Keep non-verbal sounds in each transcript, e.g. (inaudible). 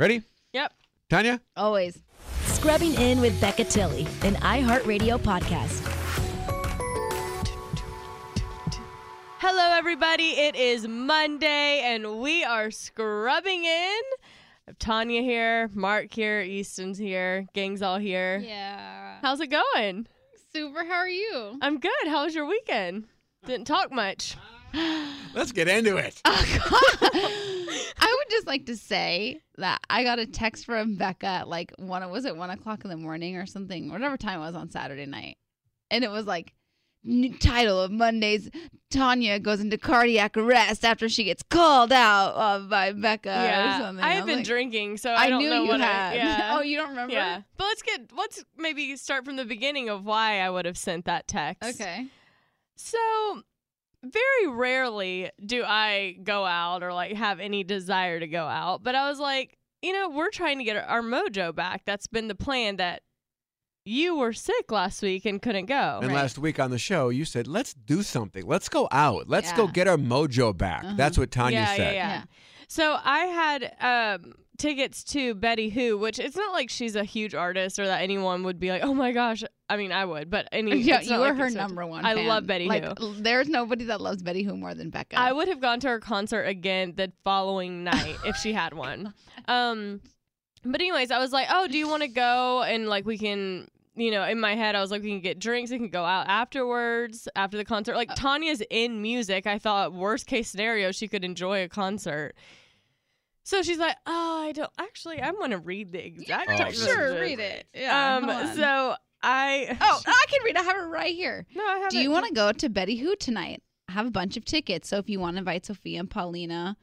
Ready? Yep. Tanya? Always. Scrubbing in with Becca Tilly, an iHeartRadio podcast. Hello, everybody. It is Monday, and we are scrubbing in. I have Tanya here, Mark here, Easton's here, gang's all here. Yeah. How's it going? Super, how are you? I'm good. How was your weekend? Didn't talk much. Let's get into it. (laughs) I would just like to say that I got a text from Becca at like one was it one o'clock in the morning or something, whatever time it was on Saturday night. And it was like new title of Monday's Tanya goes into cardiac arrest after she gets called out uh, by Becca or yeah, something. I was have been like, drinking, so I, don't knew know you what had. I. Yeah. (laughs) Oh, you don't remember? yeah. But let's get let's maybe start from the beginning of why I would have sent that text. Okay. So, very rarely do I go out or like have any desire to go out, but I was like, you know, we're trying to get our mojo back. That's been the plan that you were sick last week and couldn't go. And last week on the show, you said, let's do something. Let's go out. Let's go Yeah. get our mojo back. Uh-huh. That's what Tanya yeah, yeah, said. yeah, Yeah. So, I had um tickets to Betty Who, which it's not like she's a huge artist or that anyone would be like, "Oh my gosh." I mean, I would, but any (laughs) Yeah, it's you not were like her it's such- number one. I fan. love Betty Like, Who. l- there's nobody that loves Betty Who more than Becca. I would have gone to her concert again the following night if she had one. (laughs) (laughs) Um, but anyways, I was like, oh, do you want to go and like we can. You know, in my head, I was like, we can get drinks, we can go out afterwards, after the concert. Uh, Like, Tanya's in music. I thought, worst case scenario, she could enjoy a concert. So she's like, oh, I don't actually, I want to read the exact Oh, text sure, messages. it. Um, hold on. so I, Oh, I can read. it. I have it right here. (laughs) no, I have Do you want to go to Betty Who tonight? I have a bunch of tickets. So if you want to invite Sophia and Paulina,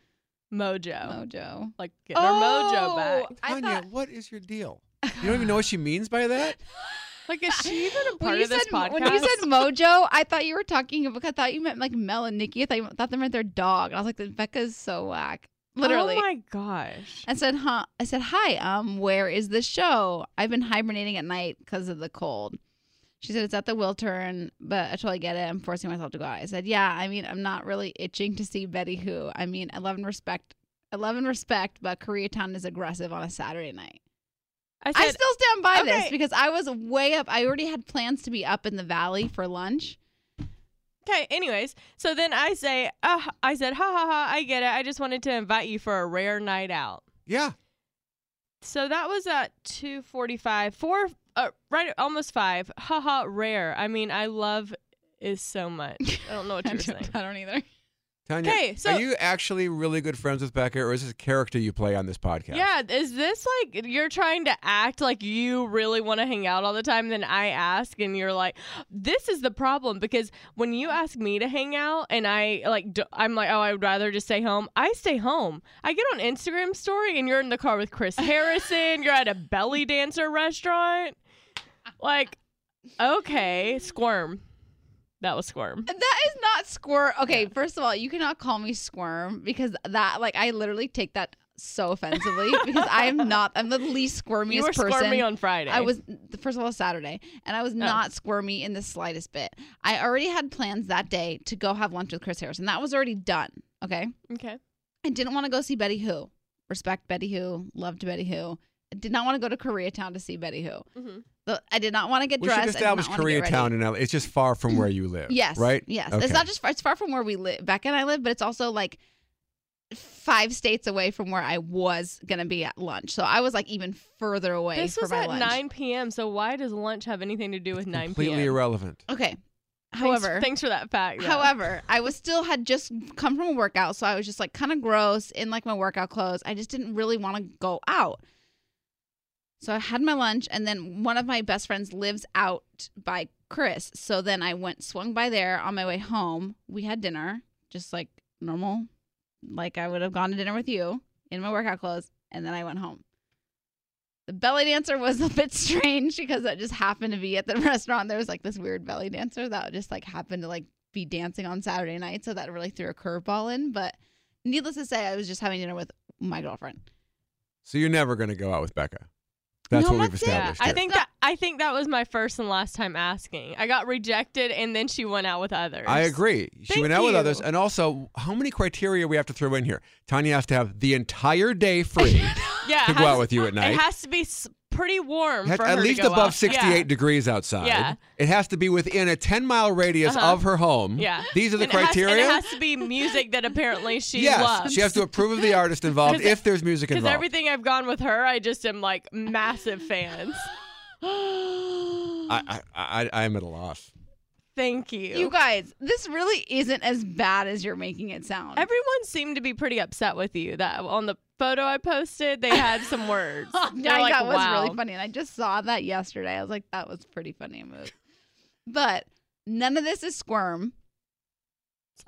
mojo, Mojo. Oh, like, Oh. get our mojo back. Tanya, (laughs) what is your (laughs) deal? You don't even know what she means by that? Like, is she even (laughs) a (laughs) When part you, of said, this podcast? Oh when you said Mojo, I thought you were talking about. I thought you meant like Mel and Nikki. I thought, you, thought they meant their dog. And I was like, Becca's so whack. Literally. Oh my gosh. I said, huh? I said, hi. Um, where is the show? I've been hibernating at night because of the cold. She said, it's at the Wiltern, but I totally get it. I'm forcing myself to go out. I said, yeah. I mean, I'm not really itching to see Betty Who. I mean, I love and respect. I love and respect, but Koreatown is aggressive on a Saturday night. I I said, still stand by this Okay. because I was way up. I already had plans to be up in the valley for lunch. okay, anyways. So then I say, uh, I said, ha ha ha, I get it. I just wanted to invite you for a rare night out. Yeah. So that was at 2.45, 4, uh, right, at- almost 5. Ha ha, rare. I mean, I love is so much. (laughs) I don't know what I you were don't, saying. (laughs) I don't either. Tanya, Okay, so- are you actually really good friends with Becca, or is this a character you play on this podcast? Yeah, is this like you're trying to act like you really want to hang out all the time? Then I ask, and you're like, "This is the problem." Because when you ask me to hang out, and I like, d- I'm like, "Oh, I would rather just stay home." I stay home. I get on Instagram story, and you're in the car with Chris Harrison. you're at a belly dancer restaurant. Like, okay, squirm. That was squirm. That is not squirm. Okay, first of all, you cannot call me squirm because that, like, I literally take that so offensively because I am not. I'm the least squirmiest You were person. squirmy on Friday. I was first of all Saturday, and I was not squirmy in the slightest bit. I already had plans that day to go have lunch with Chris Harrison. That was already done. Okay, okay. I didn't want to go see Betty Who. Respect Betty Who. Loved Betty Who. I did not want to go to Koreatown to see Betty Who. hmm The- I did not want to get We dressed. should establish I did not want to get ready. Koreatown in LA. It's just far from where (clears throat) you live. Yes. Right? Yes. Okay. It's not just far, it's far from where we live. Becca and I live, but it's also like five states away from where I was gonna be at lunch. So I was like even further away This for was my at lunch. 9 p.m. So why does lunch have anything to do with 9 p.m.? completely irrelevant. Okay. Thanks- However, thanks, for that fact. yeah. However, I was still had just come from a workout, so I was just like kind of gross in like my workout clothes. I just didn't really want to go out. So I had my lunch, and then one of my best friends lives out by Chris. So then I went swung by there on my way home. We had dinner, just like normal, like I would have gone to dinner with you in my workout clothes, and then I went home. The belly dancer was a bit strange because that just happened to be at the (laughs) restaurant. There was like this weird belly dancer that just like happened to like be dancing on Saturday night, so that really threw a curveball in. But needless to say, I was just having dinner with (gasps) my girlfriend. So you're never going to go out with Becca. That's No, what we've that's it. Yeah, established. I here. think that I think that was my first and last time asking. I got rejected, and then she went out with others. I agree. She Thank went out with you. others. (laughs) And also, how many criteria we have to throw in here? Tanya has to have the entire day free. yeah, to it go has- out with you at night. It has to be s- pretty warm Has- for at her to least go above out. 68 Yeah. degrees outside. Yeah. It has to be within a 10 mile radius Uh-huh. of her home. Yeah. These are the And it has- criteria. and it has to be music that apparently she yes, loves. she has to approve (laughs) of the artist involved 'Cause- if there's music Because involved. everything I've gone with her, I just am like massive fans. I, I, I, I'm at a loss. Thank you. You guys, this really isn't as bad as you're making it sound. (laughs) Everyone seemed to be pretty upset with you. That on the photo I posted, they had (laughs) some words. They're I like, that was wow. really funny. And I just saw that yesterday. I was like, that was pretty funny move. But none of this is squirm.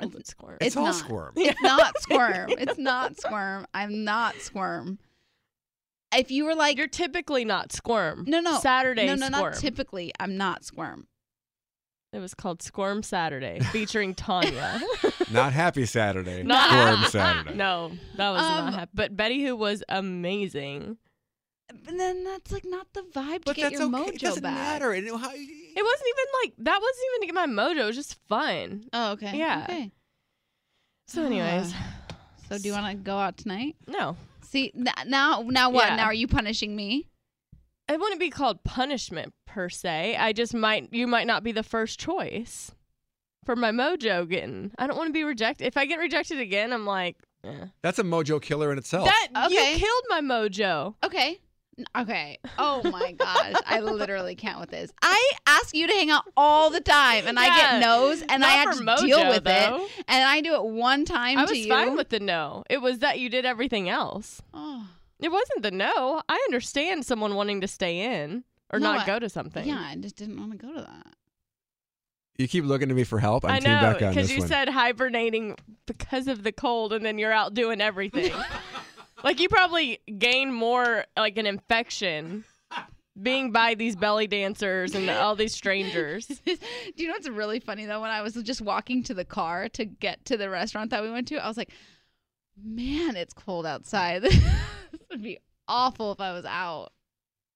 It's- squirt. It's, It's all not. squirm. (laughs) It's not squirm. It's not squirm. I'm not squirm. If you were like, You're typically not squirm. no, no. Saturday No, no, squirm. not typically. I'm not squirm. it was called Squirm Saturday, featuring Tanya. Not happy Saturday. (laughs) Not- squirm Saturday. no, that was Um, not happy. But Betty, who was amazing, But then that's like not the vibe to But get that's your okay. mojo It doesn't back. matter. And how, it wasn't even like that. Wasn't even to get my mojo. It was just fun. Oh, okay. Yeah. Okay. Ah. So, anyways, So do you want to go out tonight? no, See n- now, now what? Yeah. Now are you punishing me? it wouldn't be called punishment per se. I just might you might not be the first choice for my mojo getting. I don't want to be rejected. If I get rejected again, I'm like, eh. that's a mojo killer in itself. that Oh, Okay. you killed my mojo. Okay. N- Okay. Oh my (laughs) gosh, I literally can't with this. I ask you to hang out all the time, and I Yeah. get no's, and I Not have for to mojo, deal with though. it. And I do it one time I to was you. fine with the no. It was that you did everything else. Oh, It wasn't the no. I understand someone wanting to stay in or No, not I- go to something. yeah, I just didn't want to go to that. you keep looking to me for help. I'm I team know back on because this you one. said hibernating because of the cold, and then you're out doing everything. (laughs) like you probably gain more like an infection being by these belly dancers and all these strangers. (laughs) do you know what's really funny though? When I was just walking to the car to get to the restaurant that we went to, I was like, "Man, it's cold outside. (laughs) this would be awful if I was out."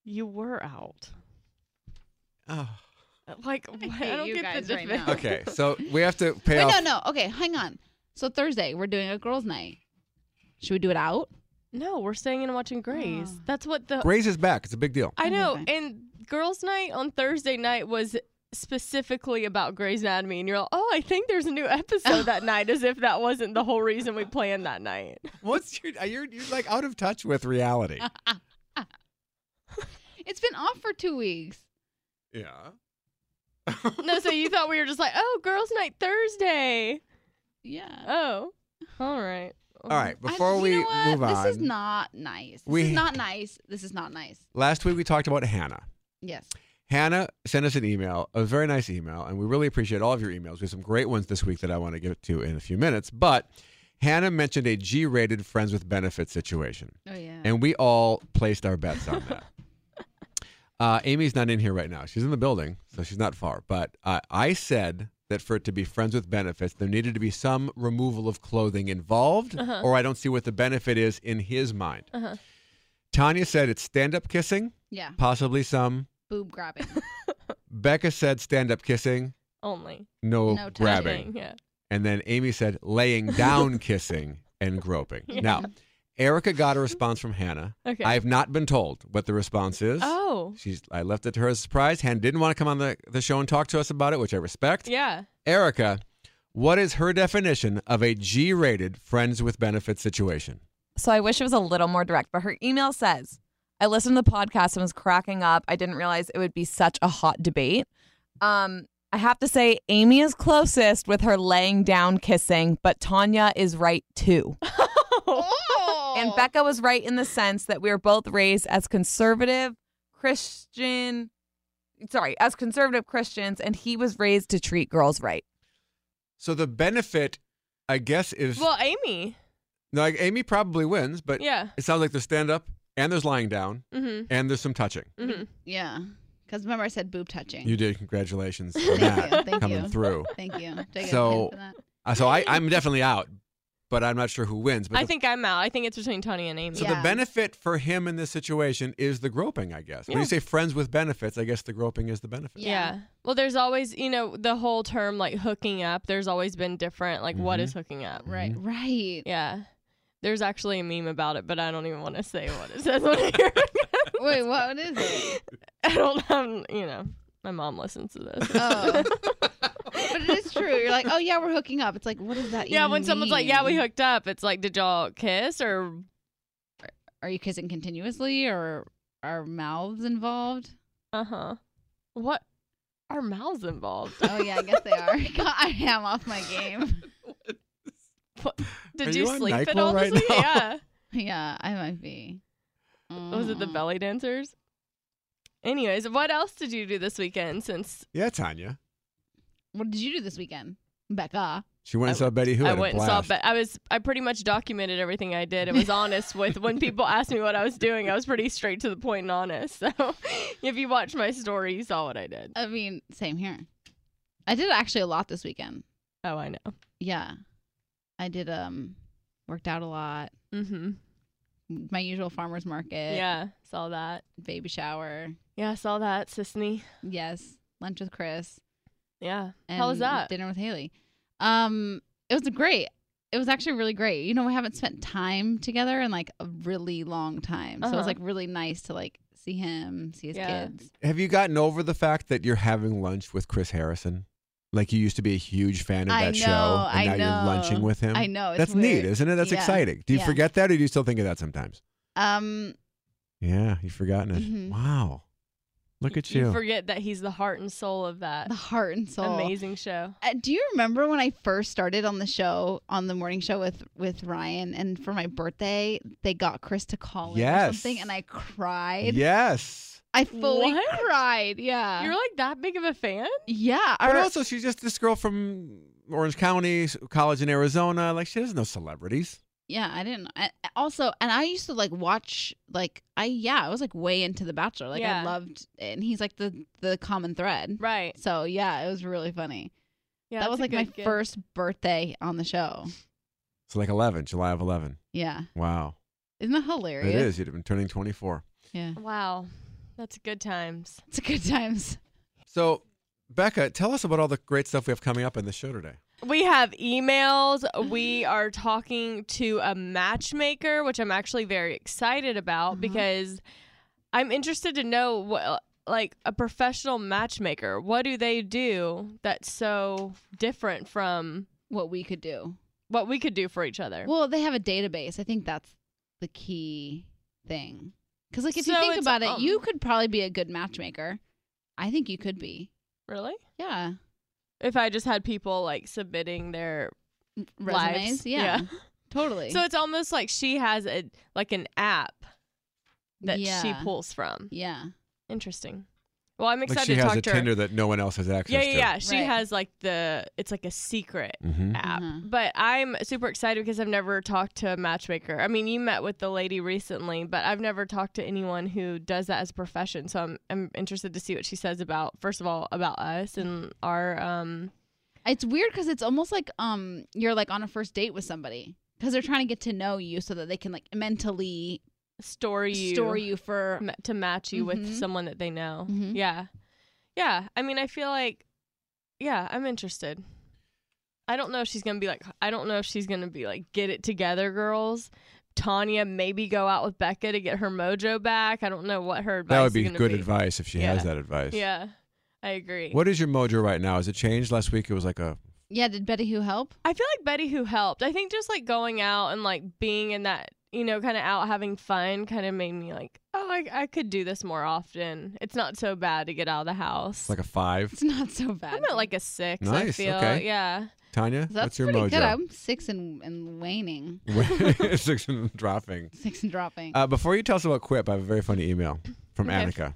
You were out. Oh. Like I, hate don't you get guys the right defense. now. Okay, so we have to pay Wait, off. no, no. Okay, hang on. So Thursday, we're doing a girls' night. Should we do it out? No, we're staying in and watching Grays. Oh. That's what the Graze is back. It's a big deal. I know. Okay. And girls' night on Thursday night was specifically about Grey's Anatomy, and you're like, oh, I think there's a new episode that night, as if that wasn't the whole reason we planned that night. What's your, you're, you're like out of touch with (laughs) reality. It's been off for two weeks. yeah. No, so you thought we were just like, oh, girls' night Thursday. Yeah. Oh, all right. All right, Oh, I- before we you know what? move on, this is not nice. This We- is not nice. This is not nice. last week we talked about Hannah. Yes. Hannah sent us an email, a very nice email, and we really appreciate all of your emails. We have some great ones this week that I want to get to in a few minutes. But Hannah mentioned a G rated friends with benefits situation, Oh yeah. and we all placed our bets on (laughs) that. uh, Amy's not in here right now. She's in the building, so she's not far. But uh, I said that for it to be friends with benefits, there needed to be some removal of clothing involved, Uh-huh. or I don't see what the benefit is in his mind. Uh-huh. Tanya said it's stand up kissing, yeah. possibly some. Boob grabbing. (laughs) Becca said stand up kissing, Only. no, No touching. grabbing. Yeah. And then Amy said laying (laughs) down kissing and groping. Now, Erica got a response from Hannah. Okay. I have not been told what the response is. Oh, She's I left it to her as a surprise. Hannah didn't want to come on the, the show and talk to us about it, which I respect. yeah. Erica, what is her definition of a G rated friends with benefits situation? So I wish it was a little more direct, but her email says, I listened to the podcast and was cracking up. I didn't realize it would be such a hot debate. Um, I have to say, Amy is closest with her laying down kissing, but Tanya is right too. oh. And Becca was right in the sense that we were both raised as conservative Christian, sorry, as conservative Christians, and he was raised to treat girls right. So the benefit, I guess, is (laughs) Well, Amy. no, like, Amy probably wins, but Yeah. it sounds like there's stand up and there's lying down Mm and there's some touching. hmm. Mm hmm. Yeah. Because remember I said boob touching. You did. (laughs) Congratulations on Thank that you. Thank coming you. through. Thank you. Take a So- hint for that. Uh, so I, I'm definitely out, but I'm not sure who wins. But I the- think I'm out. I think it's between Tony and Amy. so. The Yeah. benefit for him in this situation is the groping, I guess. When Yeah. you say friends with benefits, I guess the groping is the benefit. Yeah. Yeah. Well, there's always, you know, the whole Mm-hmm. term like hooking up. There's always been different, like what is hooking up? Right. Right. Yeah. There's actually a meme about it, but I don't even want to say what it says on here. (laughs) Wait, what is it? (laughs) I don't have, you know, my mom listens to this. Oh. but it is true. You're like, oh yeah, we're hooking up. It's like, what does (laughs) that? yeah, even when someone's like, "Yeah, we mean? hooked up," it's like, "Did y'all kiss?" Or Are you kissing continuously, or are mouths involved? uh huh, what? Are mouths involved? (laughs) Oh yeah, I guess they are. (laughs) God, I am off my game. Did Are you, you on sleep at NyQuil all right this week? now? Yeah. Yeah, I might be. Was (laughs) it the Mm. belly dancers? Anyways, what else did you do this weekend since Yeah, Tanya. What did you do this weekend, Becca? She went and saw Betty Who. I had a went and saw blast. but I was I pretty much documented everything I did. It was honest with (laughs) when people asked me what I was doing, I was pretty straight to the point and honest. So (laughs) if you watch my story, you saw what I did. I mean, same here. I did actually a lot this weekend. Oh, I know. Yeah, I did. Um, worked out a lot. Mhm. My usual farmers market. Yeah, saw that. Baby shower. Yeah, saw that, Sisney. Yes. Lunch with Chris. Yeah. How was and that? Dinner with Haley. Um, it was great. It was actually really great. You know, we haven't spent time together in like a really long time, so it was Uh-huh. like really nice to like see him, see his Yeah. kids. Have you gotten over the fact that you're having lunch with Chris Harrison? Like you used to be a huge fan of I that know, show, and now I know. you're lunching with him. I know Um, it's That's weird. neat, isn't it? That's Yeah. exciting. Do you Yeah. forget that, or do you still think of that sometimes? Um, Yeah, you've forgotten it. Mhm. Wow, look at you. You forget that he's the heart and soul of that the heart and soul. amazing show. Uh, do you remember when I first started on the show, on the morning show with with Ryan, and for my birthday they got Chris to call in or Yes. something, and I cried. yes, I fully What? cried. Yeah, You're like that big of a fan? yeah. but Or- also she's just this girl from Orange County s- College in Arizona. Like she doesn't know celebrities. Yeah, I didn't. I, I- also, and I used to like watch, like I yeah, I was like way into The Bachelor. Like Yeah. I loved, and he's like the the common thread. Right. So yeah, it was really funny. Yeah. that that's was a like my good gift. first birthday on the show. It's like eleven, July of eleven. Yeah, Wow, isn't that hilarious? it is. You'd have been turning twenty four. Yeah, Wow. That's good times. it's good times. So, Becca, tell us about all the great stuff we have coming up in the show today. We have emails. (laughs) We are talking to a matchmaker, which I'm actually very excited about Mhm. because I'm interested to know what like a professional matchmaker, what do they do that's so different from What we could do. what we could do for each other? Well, they have a database. I think that's the key thing. Because like if you So think it's, about it, you um, could probably be a good matchmaker. I think you could be. really? Yeah. If I just had people like submitting their Resumes. lives. Yeah, (laughs) Totally. So it's almost like she has a like an app that she Yeah. pulls from. Yeah. Interesting. Well, I'm like excited she to has talk a to her. Tinder that no one else has access yeah, to. yeah, yeah. She Right. has like the it's like a secret Mm-hmm. app. Mhm. But I'm super excited because I've never talked to a matchmaker. I mean, you met with the lady recently, but I've never talked to anyone who does that as a profession. So I'm I'm interested to see what she says about first of all about us and our um It's weird because it's almost like um you're like on a first date with somebody because they're trying to get to know you so that they can like mentally story you, Hmm. store you for ma- to match you with Mhm. someone that they know. Mhm. Yeah. Yeah. I mean, I feel like, yeah, I'm interested. I don't know if she's going to be like, I don't know if she's going to be like, get it together, girls. Tanya, maybe go out with Becca to get her mojo back. I don't know what her advice That would be is gonna good advice if she Yeah. has that advice. Yeah. I agree. What is your mojo right now? Has it changed? Last week it was like a yeah. Did Betty Who help? (laughs) I feel like Betty Who helped. I think just like going out and like being in that, you know, kind of out having fun kind of made me like, oh, I, I could do this more often. It's not so bad to get out of the house. it's like a five. It's not so bad. I'm at like a six. I Nice, feel. okay. Yeah. Tanya, That's what's your pretty mojo? good. I'm six and and waning, (laughs) Six and dropping. six and dropping. Uh, before you tell us about Quip, I have a very funny email from Okay. Annika.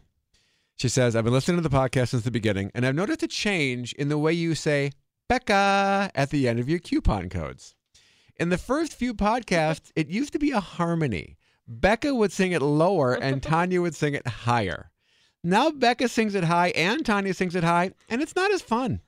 She says, I've been listening to the podcast since the beginning, and I've noticed a change in the way you say Becca at the end of your coupon codes. In the first few podcasts, it used to be a harmony. Becca would sing it lower, and Tanya would sing it higher. Now Becca sings it high, and Tanya sings it high, and it's not as fun.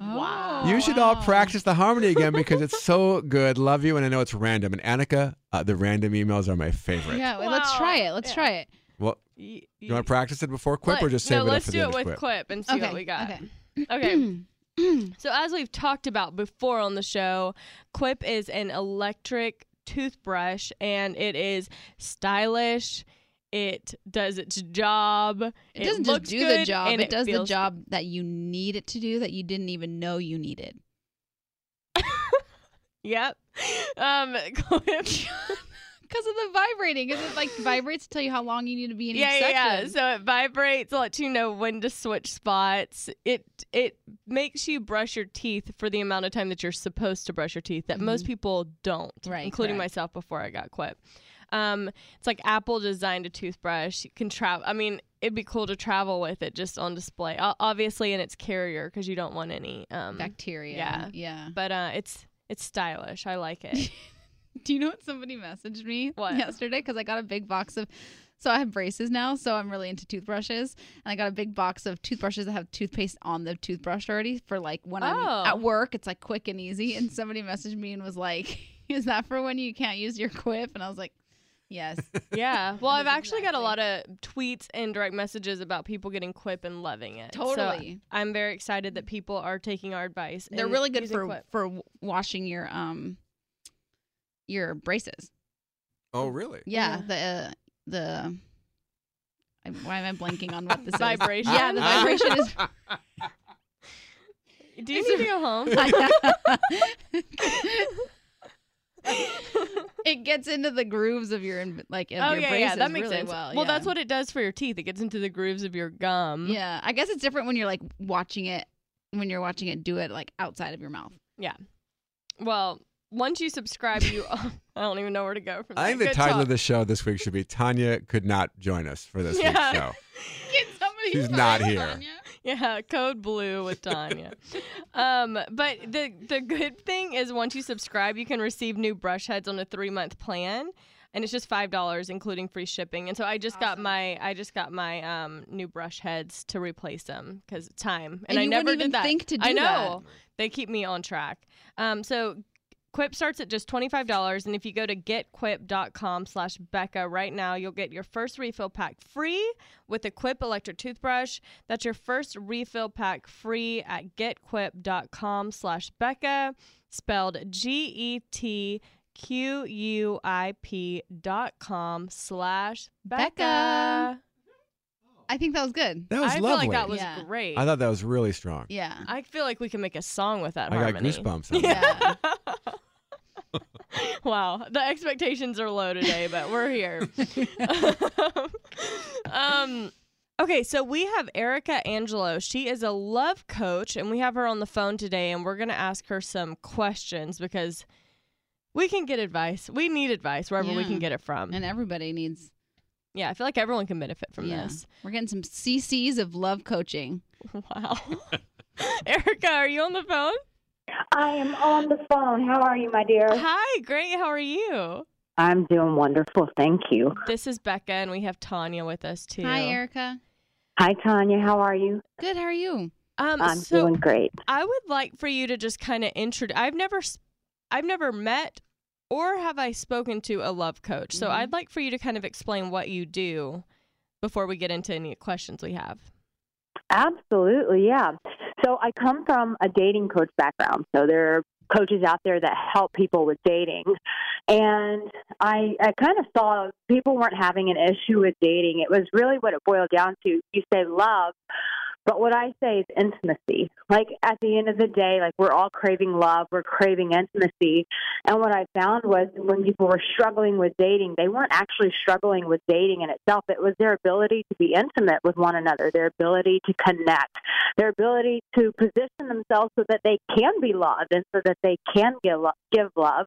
Oh. wow. You should all practice the harmony again because it's so good. Love you, and I know it's random. And Annika, uh, the random emails are my favorite. Yeah. wait, Let's Wow. try it. Let's Yeah. try it. Well, You, you want to practice it before Quip, or just save no, it up let's for do the it end of with Quip? Quip and see okay. what we got. Okay. (clears throat) (clears throat) Okay. (clears throat) so as we've talked about before on the show, Quip is an electric toothbrush and it is stylish. It does its job. It, It doesn't just looks do good, the job. and It, does the feels- job that you need it to do that you didn't even know you (laughs) needed. Yep. (laughs) Um, Cliff. Because of the vibrating. Because it like vibrates to tell you how long you need to be in yeah, each yeah, yeah. section. So it vibrates, lets you know when to switch spots. It it makes you brush your teeth for the amount of time that you're supposed to brush your teeth. That most people don't, Mm-hmm. Right, including correct. myself before I got quit. Um, it's like Apple designed a toothbrush. You can travel. I mean, it'd be cool to travel with it just on display, O- obviously in its carrier because you don't want any. Um, Bacteria. Yeah. Yeah. but uh, it's it's stylish. I like it. (laughs) Do you know what somebody messaged me What? yesterday? Because I got a big box of. So I have braces now, so I'm really into toothbrushes, and I got a big box of toothbrushes that have toothpaste on the toothbrush already for like when Oh. I'm at work. It's like quick and easy. And somebody messaged me and was like, (laughs) "Is that for when you can't use your quip?" And I was like, "Yes." Yeah. Well, I've That's actually got a exactly- lot of tweets and direct messages about people getting Quip and loving it. So Totally. I'm very excited that people are taking our advice. They're and really good using for Quip. for w- washing your um your braces. Oh, really? Yeah, Yeah. the uh, the. I- Why am I blanking on what this is? Vibration? Yeah, the (laughs) vibration is (laughs) Do you need to go home? it gets into the grooves of your in- like of oh your yeah, braces yeah, that makes really sense. well. yeah. that's what it does for your teeth. It gets into the grooves of your gum. Yeah, I guess it's different when you're like watching it when you're watching it do it like outside of your mouth. Well, once you subscribe, you (laughs) I don't even know where to go from. I think there. the Good title of talk. the show this week should be Tanya could not join us for this (laughs) Yeah. week's show. Can somebody She's not here. (laughs) Yeah, code blue with (laughs) Tanya. um, but the the good thing is once you subscribe, you can receive new brush heads on a three month plan, and it's just five dollars including free shipping. And so I just got Awesome. my I just got my um new brush heads to replace them because time, And I you never wouldn't did even that. think to I do that. know they keep me on track. Um, so. Quip starts at just $25 and if you go to getquip.com slash becca right now you'll get your first refill pack free with a Quip electric toothbrush. That's your first refill pack free at getquip.com slash Becca, spelled E G-E-T-Q-U-I-P dot com slash Becca. Becca. I think that was good. That was I feel lovely. like that was Yeah. great. I thought that was really strong. Yeah. (laughs) I feel like we can make a song with that I got harmony. (laughs) goosebumps. On that. Yeah. wow, the expectations are low today, but we're (laughs) here. (laughs) um, okay, so we have Erica Angelo. She is a love coach, and we have her on the phone today, and we're going to ask her some questions because we can get advice. We need advice wherever we Yeah. can get it from. and everybody needs yeah, I feel like everyone can benefit from yeah. this. (laughs) We're getting some CCs of love coaching. (laughs) Wow. Erica, are you on the phone? I am on the phone. How are you, my dear? Hi, great. How are you? I'm doing wonderful. Thank you. This is Becca, and we have Tanya with us too. Hi Erica. Hi, Tanya. How are you? Good, how are you? Um, I'm so doing great. I would like for you to just kind of introduce. I've never, s- I've never met, or have I spoken to a love coach. So Mhm. I'd like for you to kind of explain what you do before we get into any questions we have. Absolutely, yeah. So I come from a dating coach background. So there are coaches out there that help people with dating. And I, I kind of saw people weren't having an issue with dating. It was really what it boiled down to. You say love, but what I say is intimacy. Like at the end of the day, like we're all craving love, we're craving intimacy. And what I found was when people were struggling with dating, they weren't actually struggling with dating in itself. It was their ability to be intimate with one another, their ability to connect, their ability to position themselves so that they can be loved and so that they can give love. Give love.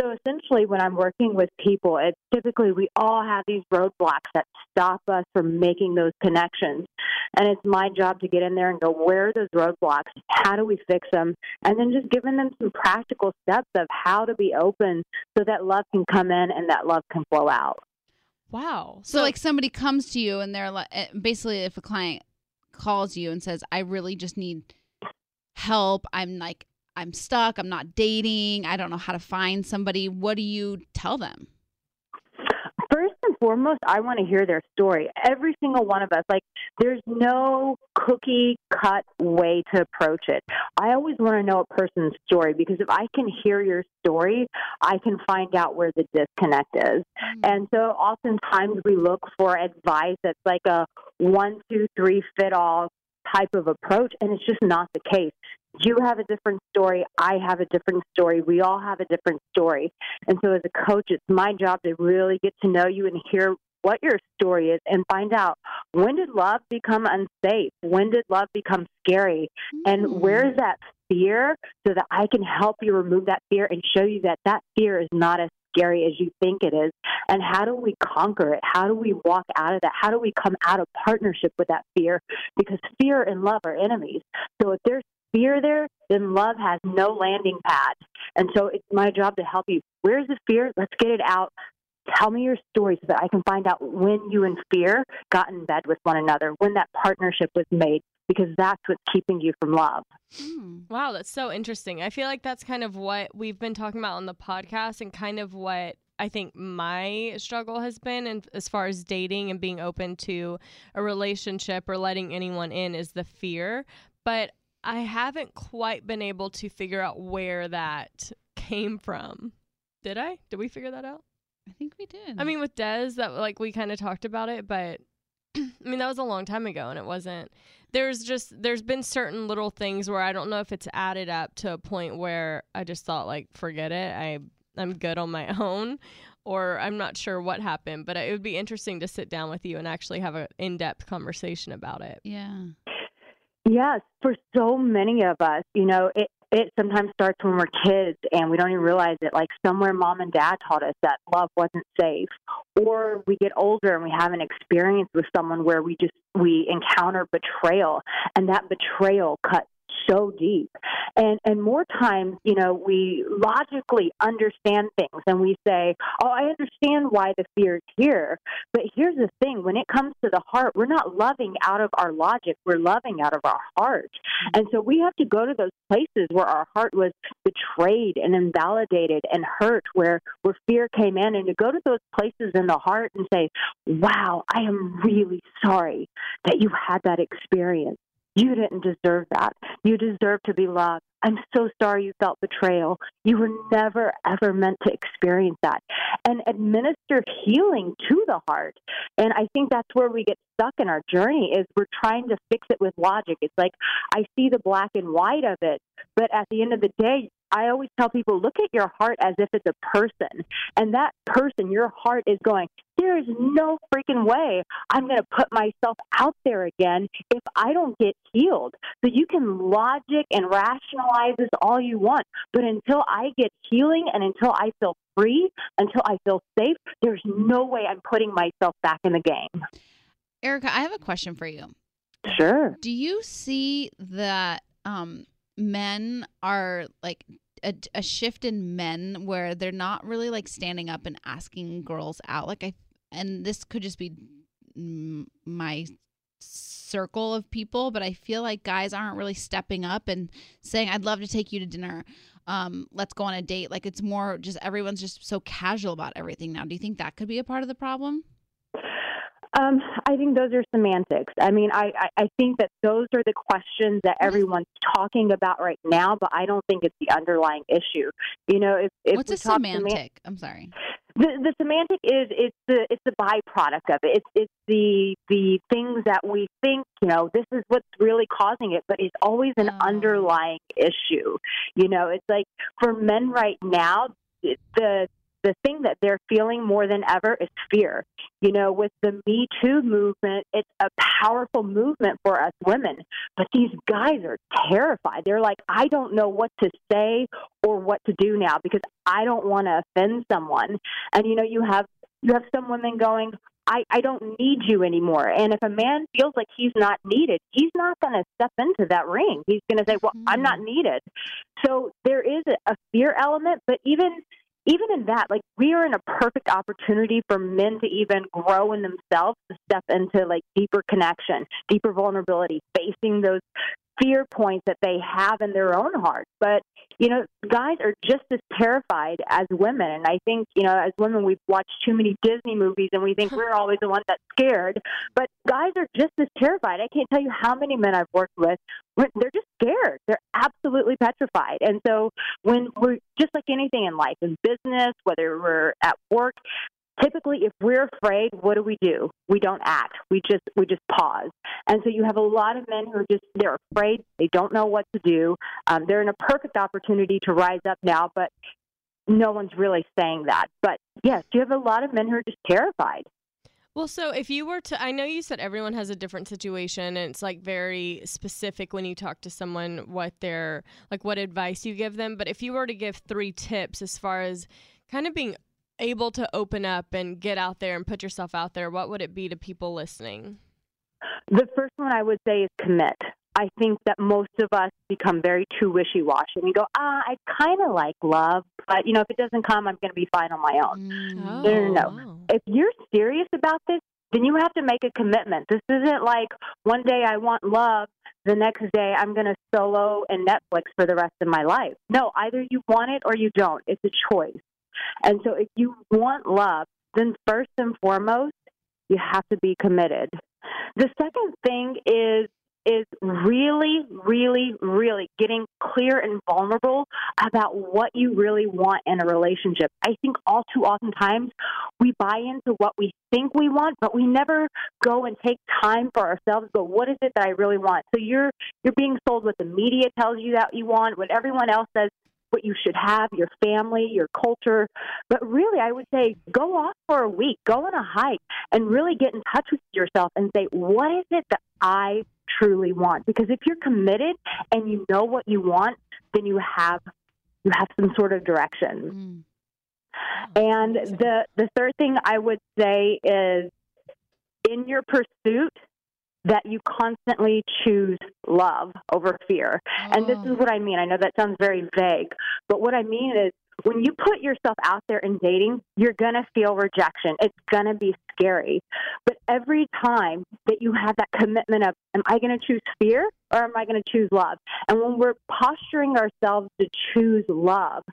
So essentially, when I'm working with people, it's typically we all have these roadblocks that stop us from making those connections. And it's my job to get in there and go, where are those roadblocks? How do we fix them? And then just giving them some practical steps of how to be open so that love can come in and that love can flow out. Wow. So, like somebody comes to you and they're like, eh, basically, if a client calls you and says, "I really just need help. I'm like, I'm stuck. I'm not dating. I don't know how to find somebody." What do you tell them? First and foremost, I want to hear their story. Every single one of us, like, there's no cookie cut way to approach it. I always want to know a person's story because if I can hear your story, I can find out where the disconnect is. Hmm. Mm. And so oftentimes we look for advice that's like a one, two, three fit all type of approach, and it's just not the case. You have a different story. I have a different story. We all have a different story. And so, as a coach, it's my job to really get to know you and hear what your story is and find out when did love become unsafe? When did love become scary? And where Hmm. is that fear so that I can help you remove that fear and show you that that fear is not as scary as you think it is. And how do we conquer it? How do we walk out of that? How do we come out of partnership with that fear? Because fear and love are enemies. So if there's fear there, then love has no landing pad. And so it's my job to help you. Where's the fear? Let's get it out. Tell me your story so that I can find out when you and fear got in bed with one another, when that partnership was made, because that's what's keeping you from love. Mm. Wow, that's so interesting. I feel like that's kind of what we've been talking about on the podcast and kind of what I think my struggle has been and as far as dating and being open to a relationship or letting anyone in is the fear, but I haven't quite been able to figure out where that came from. Did I? Did we figure that out? I think we did. I mean, with Des, that like we kind of talked about it, but (clears throat) I mean that was a long time ago, and it wasn't. There's just there's been certain little things where I don't know if it's added up to a point where I just thought like forget it, I I'm good on my (laughs) own, or I'm not sure what happened. But it would be interesting to sit down with you and actually have an in depth conversation about it. yeah. Yes, for so many of us, you know, it it sometimes starts when we're kids and we don't even realize it. Like somewhere, mom and dad taught us that love wasn't safe, or we get older and we have an experience with someone where we just we encounter betrayal, and that betrayal cuts so deep. And and more times, you know, we logically understand things and we say, "Oh, I understand why the fear is here." But here's the thing when it comes to the heart, we're not loving out of our logic, we're loving out of our heart. And so we have to go to those places where our heart was betrayed and invalidated and hurt, where, where fear came in, and to go to those places in the heart and say, Wow, I am really sorry that you had that experience. You didn't deserve that. You deserve to be loved. I'm so sorry you felt betrayal. You were never, ever meant to experience that. And administer healing to the heart. And I think that's where we get stuck in our journey is we're trying to fix it with logic. It's like I see the black and white of it, but at the end of the day, I always tell people look at your heart as if it's a person. And that person, your heart is going, there is no freaking way I'm going to put myself out there again if I don't get healed. So you can logic and rationalize this all you want, but until I get healing and until I feel free, until I feel safe, there's no way I'm putting myself back in the game. Erica, I have a question for you. Sure. Do you see that um, men are like a, a shift in men where they're not really like standing up and asking girls out? Like I, and this could just be mm, my circle of people, but I feel like guys aren't really stepping up and saying, "I'd love to take you to dinner. Um, let's go on a date." Like it's more just everyone's just so casual about everything now. Do you think that could be a part of the problem? Um, I think those are semantics. I mean, I, I, I think that those are the questions that everyone's talking about right now, but I don't think it's the underlying issue. You know, if, if What's we a talk seman- semantic? I'm sorry. the, the semantic is it's the it's the byproduct of it. It's it's the the things that we think you know this is what's really causing it, but it's always an Oh. underlying issue. You know, it's like for men right now, it, the the thing that they're feeling more than ever is fear. You know, with the Me Too movement, it's a powerful movement for us women. But these guys are terrified. They're like, I don't know what to say or what to do now because I don't want to offend someone. And you know, you have you have some women going, I, I don't need you anymore. And if a man feels like he's not needed, he's not going to step into that ring. He's going to say, "Well, I'm not needed." So there is a, a fear element, but even even in that, like we are in a perfect opportunity for men to even grow in themselves to step into like deeper connection, deeper vulnerability, facing those fear points that they have in their own hearts. But, you know, guys are just as terrified as women. And I think, you know, as women, we've watched too many Disney movies and we think we're always the one that's scared. But guys are just as terrified. I can't tell you how many men I've worked with. when They're just scared. They're absolutely petrified. And so when we're just like anything in life, in business, whether we're at work, typically if we're afraid what do we do we don't act we just we just pause and so you have a lot of men who are just they're afraid they don't know what to do um, they're in a perfect opportunity to rise up now but no one's really saying that but yes you have a lot of men who are just terrified Well, so if you were to, I know you said everyone has a different situation and it's like very specific when you talk to someone what their, like what advice you give them. But if you were to give three tips as far as kind of being able to open up and get out there and put yourself out there, what would it be to people listening? The first one I would say is commit. I think that most of us become very too wishy washy. We go, ah, I kind of like love, but you know, if it doesn't come, I'm going to be fine on my own. Mm. no, no. wow. If you're serious about this, then you have to make a commitment. This isn't like one day I want love, the next day I'm going to solo and Netflix for the rest of my life. No, either you want it or you don't. It's a choice. And so if you want love, then first and foremost, you have to be committed. The second thing is is really really really getting clear and vulnerable about what you really want in a relationship. I think all too often times we buy into what we think we want, but we never go and take time for ourselves. But what is it that I really want? So you're you're being sold what the media tells you that you want, what everyone else says what you should have, your family, your culture. But really, I would say go off for a week, go on a hike, and really get in touch with yourself and say, what is it that I truly want? Because if you're committed and you know what you want, then you have you have some sort of direction. Mm. And the the third thing I would say is in your pursuit that you constantly choose love over fear. And this Oh. is what I mean. I know that sounds very vague, but what I mean is when you put yourself out there in dating, you're going to feel rejection. It's going to be scary. But every time that you have that commitment of, am I going to choose fear or am I going to choose love? And when we're posturing ourselves to choose love,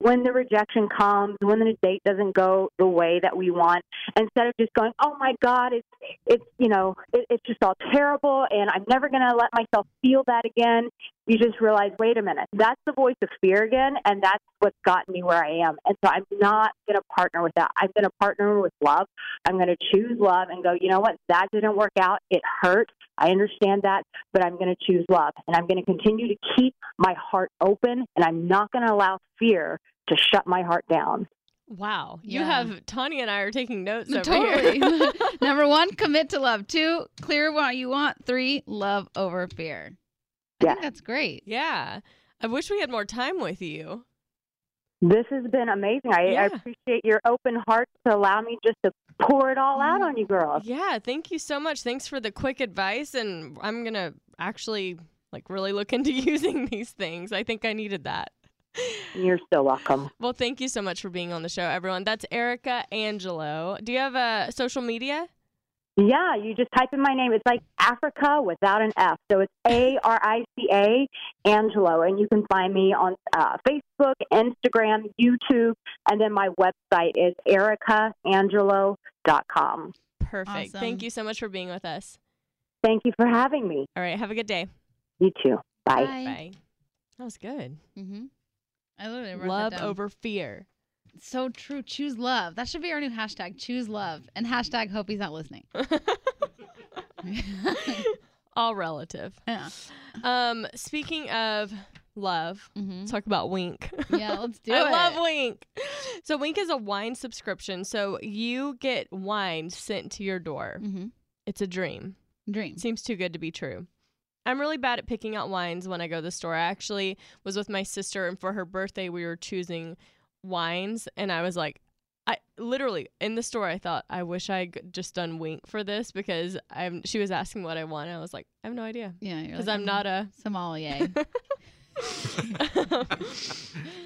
when the rejection comes, when the date doesn't go the way that we want, instead of just going, "Oh my God, it's it's you know it, it's just all terrible, and I'm never going to let myself feel that again," you just realize, "Wait a minute, that's the voice of fear again, and that's what's gotten me where I am." And so I'm not going to partner with that. I'm going to partner with love. I'm going to choose love and go, "You know what? That didn't work out. It hurt. I understand that, but I'm going to choose love, and I'm going to continue to keep my heart open, and I'm not going to allow fear." To shut my heart down. Wow. You Yeah. have, Tanya and I are taking (laughs) notes over Totally. here. Number one, commit to love. Two, clear what you want. Three, love over fear. I Yeah. think that's great. (laughs) yeah. I wish we had more time with you. This has been amazing. I, I Yeah. appreciate your open heart to allow me just to pour it all out on you girls. Yeah, thank you so much. Thanks for the quick advice and I'm going to actually like really look into (laughs) using these things. I think I needed that. You're so welcome. Well, thank you so much for being on the show, everyone. That's Erica Angelo. Do you have a social media? Yeah, you just type in my name. It's like Africa without an F. So it's A R I C A Angelo. And you can find me on uh, Facebook, Instagram, YouTube, and then my website is ericaangelo.com. Perfect. Awesome. Thank you so much for being with us. Thank you for having me. All right, have a good day. You too. Bye. Bye. That was good. Mm-hmm. I literally wrote that Love down. over fear. (laughs) So true. Choose love. That should be our new hashtag. Choose love and hashtag hope he's (laughs) not listening. (laughs) All relative. yeah. Um, speaking of love, hmm let's talk about wink. (laughs) yeah. Let's do I it. love Wink. So Wink is a wine subscription. So you get wine sent to your door. hmm It's a dream. Dream. It seems too good to be true. I'm really bad at picking out wines when I go to the store. I actually was with my sister, and for her birthday, we were choosing wines, and I was like, I literally in the store, I thought, I wish I had just done Wink for this because I'm. She was asking what I want, and I was like, I have no idea Yeah. because "Mm." I'm not a. (laughs) sommelier.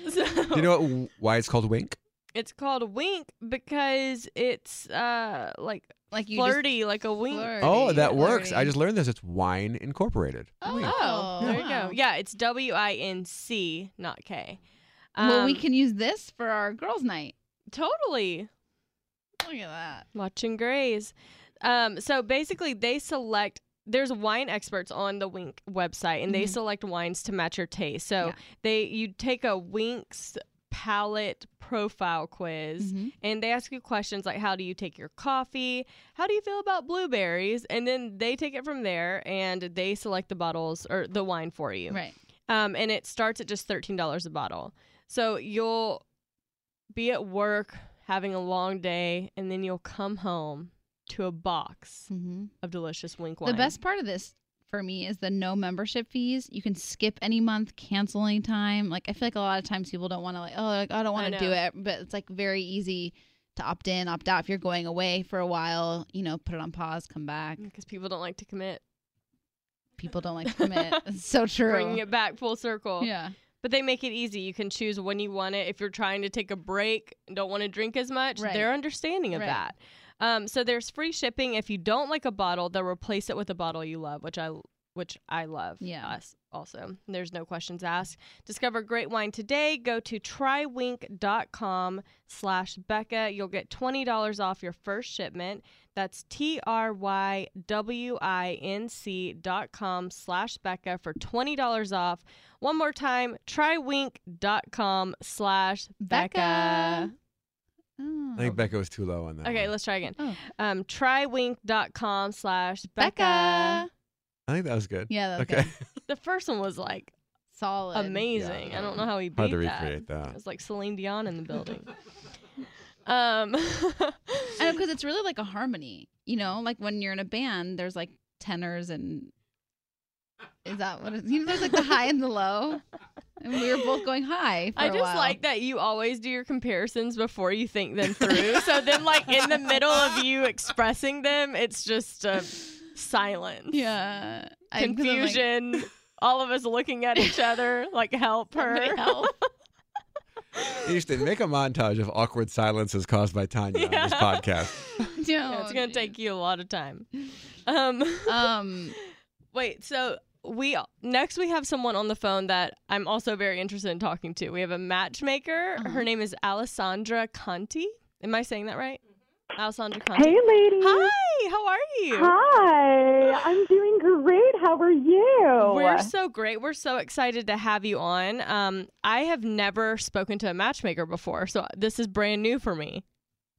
so, Do (laughs) you know what, w- why it's called Wink? It's called a wink because it's uh like like you. flirty, like a Just wink. flirty, Oh, that works. flirty. I just learned this. It's Wine Incorporated. Oh, Wink. Oh, There you Wow. go. Yeah, it's W I N C, not K. well, we Um, can use this for our girls' night. totally Look at that. watching Grays. Um, so basically, they select. There's wine experts on the Wink website, and they Mhm. select wines to match your taste. So Yeah. they you take a Wink's palate profile quiz, Mm-hmm. and they ask you questions like how do you take your coffee how do you feel about blueberries and then they take it from there and they select the bottles or the wine for you Right. um, and it starts at just $13 a bottle so you'll be at work having a long day and then you'll come home to a box Mhm. of delicious wink wine The best part of this for me is the no membership fees. You can skip any month, cancel any time. Like I feel like a lot of times people don't want to like, oh, like, I don't I want to do know. it, but it's like very easy to opt in, opt out. If you're going away for a while, you know, put it on pause, (laughs) come back. because people don't like to commit People don't like to commit. (laughs) it's so true. bringing it back full circle Yeah. But they make it easy. You can choose when you want it. If you're trying to take a break, don't want to drink as much, Right. they're understanding of Right. that. Um, so there's free shipping. If you don't like a bottle, they'll replace it with a bottle you love, which I which I love. Yeah. Us also. There's no questions asked. Discover great wine today. Go to trywink.com slash Becca. You'll get twenty dollars off your first shipment. That's T R Y W I N C dot com slash Becca for twenty dollars off. One more time, trywink.com slash Becca. Becca. Oh. I think Becca was too low on that. Okay, one. let's try again. Oh. Um, trywink.com slash Becca. Becca. I think that was good. Yeah, that's Okay. (laughs) good. The first one was like Solid. amazing. Yeah. I don't know how he beat Hard to that. recreate It that. was like Celine Dion in the building. (laughs) um, I know because it's really like a harmony. You know, like when you're in a band, there's like tenors and is that what it, you know? There's like the high and the low, and we were both going high. For I a just while. like that you always do your comparisons before you think them through. so then, like in the middle of (laughs) you expressing them, it's just uh, silence. yeah I- 'cause I'm like, confusion. all of us looking at (laughs) each other, like help her. "Somebody help." Houston, make a montage of awkward silences caused by Tanya on this (laughs) Yeah. podcast. (laughs) Yeah, it's No, gonna Oh, dude. take you a lot of (laughs) time. Um, (laughs) Um, wait. So we next we have someone on the phone that I'm also very interested in talking to. We have a matchmaker. Her Uh-huh. name is Alessandra Conti. Am I saying that right? Mm-hmm. Alessandra Conti. Hey, ladies. Hi. How are you? Hi. I'm doing great. How are you? We're so great. We're so excited to have you on. Um, I have never spoken to a matchmaker before, so this is brand new for me.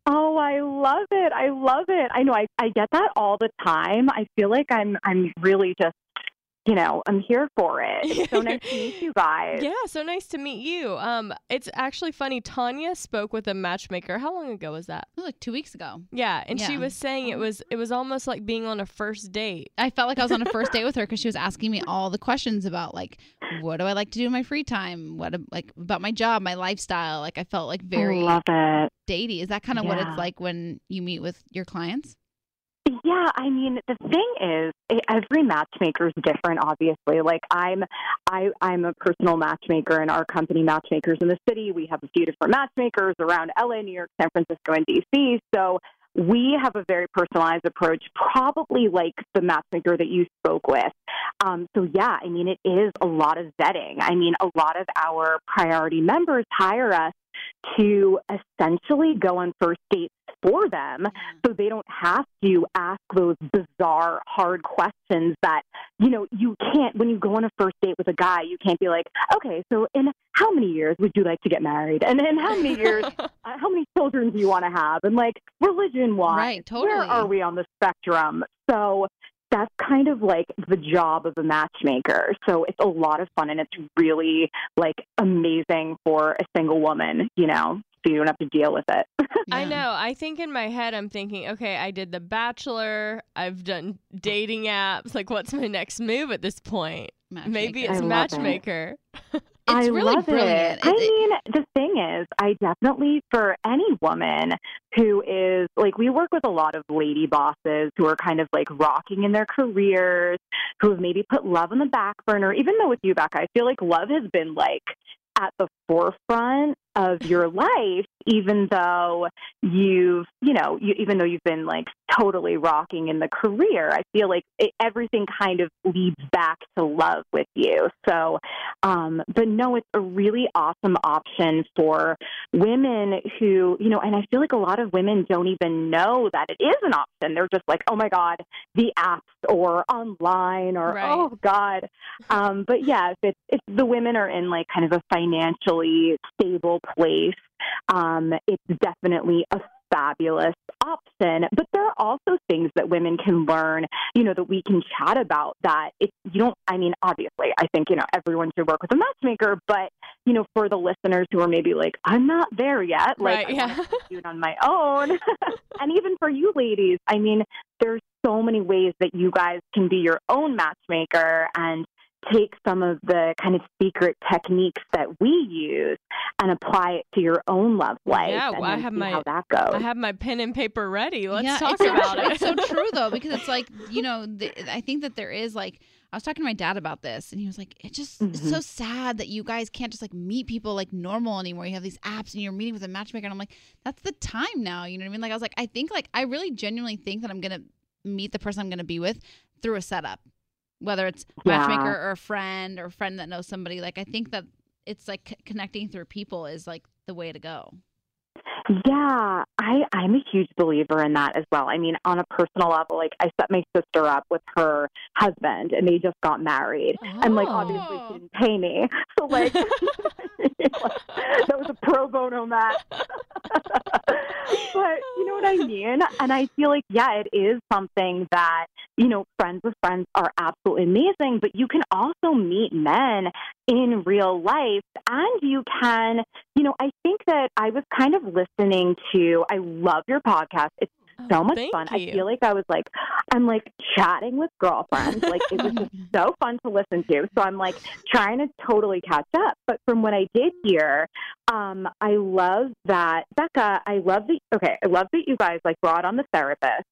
Oh, I love it. I love it. I know I, I get that all the time. I feel like I'm I'm really just you know, I'm here for it. It's so nice to meet you guys. Yeah, so nice to meet you. Um, it's actually funny. Tanya spoke with a matchmaker. How long ago was that? it was like two weeks ago. Yeah, and she Yeah. was saying it was it was almost like being on a first date. I felt like I was on a first date with her because she was asking me all the questions about like what do I like to do in my free time, what like about my job, my lifestyle. Like I felt like very I love it. datey. Is that kind of what Yeah. it's like when you meet with your clients? Yeah, I mean, the thing is, e- every matchmaker is different. Obviously, like I'm, I, I'm a personal matchmaker, and our company matchmakers in the city. We have a few different matchmakers around LA, New York, San Francisco, and DC. So we have a very personalized approach, probably like the matchmaker that you spoke with. Um, so yeah, I mean, it is a lot of vetting. I mean, a lot of our priority members hire us to essentially go on first dates for them so they don't have to ask those bizarre, hard questions that, you know, you can't, when you go on a first date with a guy, you can't be like, okay, so in how many years would you like to get married? And in (laughs) how many years, uh, how many children do you want to have? And like, religion wise, Right, totally. where are we on the spectrum? So that's kind of like the job of a matchmaker. So it's a lot of fun and it's really like amazing for a single woman, you know, so you don't have to deal with it. (laughs) I Yeah. know. I think in my head I'm thinking, okay, I did The Bachelor. I've done dating apps. Like, what's my next move at this point? Maybe it's Matchmaker. I love it. matchmaker. It's I really love brilliant. It. I It- it- mean, the thing is, I definitely, for any woman who is like, we work with a lot of lady bosses who are kind of like rocking in their careers, who have maybe put love on the back burner, even though with you, Becca, I feel like love has been like at the forefront of your life, even though you've, you know, you, even though you've been like totally rocking in the career, I feel like it, everything kind of leads back to love with you. So, um, but no, it's a really awesome option for women who, you know, and I feel like a lot of women don't even know that it is an option. They're just like, oh my God, the apps or online or, Right. oh God. Um, but yeah, if, it's, if the women are in like kind of a financially stable place, um, it's definitely a fabulous option. But there are also things that women can learn, you know, that we can chat about that if you don't, I mean, obviously, I think, you know, everyone should work with a matchmaker, but, you know, for the listeners who are maybe like, I'm not there yet, right. like, I Yeah. (laughs) do it on my own. (laughs) and even for you ladies, I mean, there's so many ways that you guys can be your own matchmaker and take some of the kind of secret techniques that we use and apply it to your own love life. Yeah, and well, I then have see my- how that goes. I have my pen and paper ready. Let's Yeah, talk it's so about true- it. (laughs) It's so true though, because it's like you know, the, I think that there is like I was talking to my dad about this, and he was like, "It just it's Mm-hmm. so sad that you guys can't just like meet people like normal anymore. You have these apps, and you're meeting with a matchmaker." And I'm like, "That's the time now." You know what I mean? Like I was like, I think like I really genuinely think that I'm gonna meet the person I'm gonna be with through a setup, whether it's Yeah. matchmaker or a friend or a friend that knows somebody. Like I think that it's like c- connecting through people is like the way to go. Yeah, I, I'm a huge believer in that as well. I mean, on a personal level, like I set my sister up with her husband and they just got married. And like Oh. obviously she didn't pay me. (laughs) So (laughs) like (laughs) that was a pro bono match. (laughs) but you know what I mean? And I feel like, yeah, it is something that, you know, friends with friends are absolutely amazing, but you can also meet men in real life and you can you know, I think that I was kind of listening to, I love your podcast. It's Oh, so much Oh, Thank fun. you. I feel like I was like, I'm like chatting with girlfriends. Like it (laughs) was just so fun to listen to. So I'm like trying to totally catch up. But from what I did hear, um, I love that Becca. I love that. Okay, I love that you guys like brought on the therapist.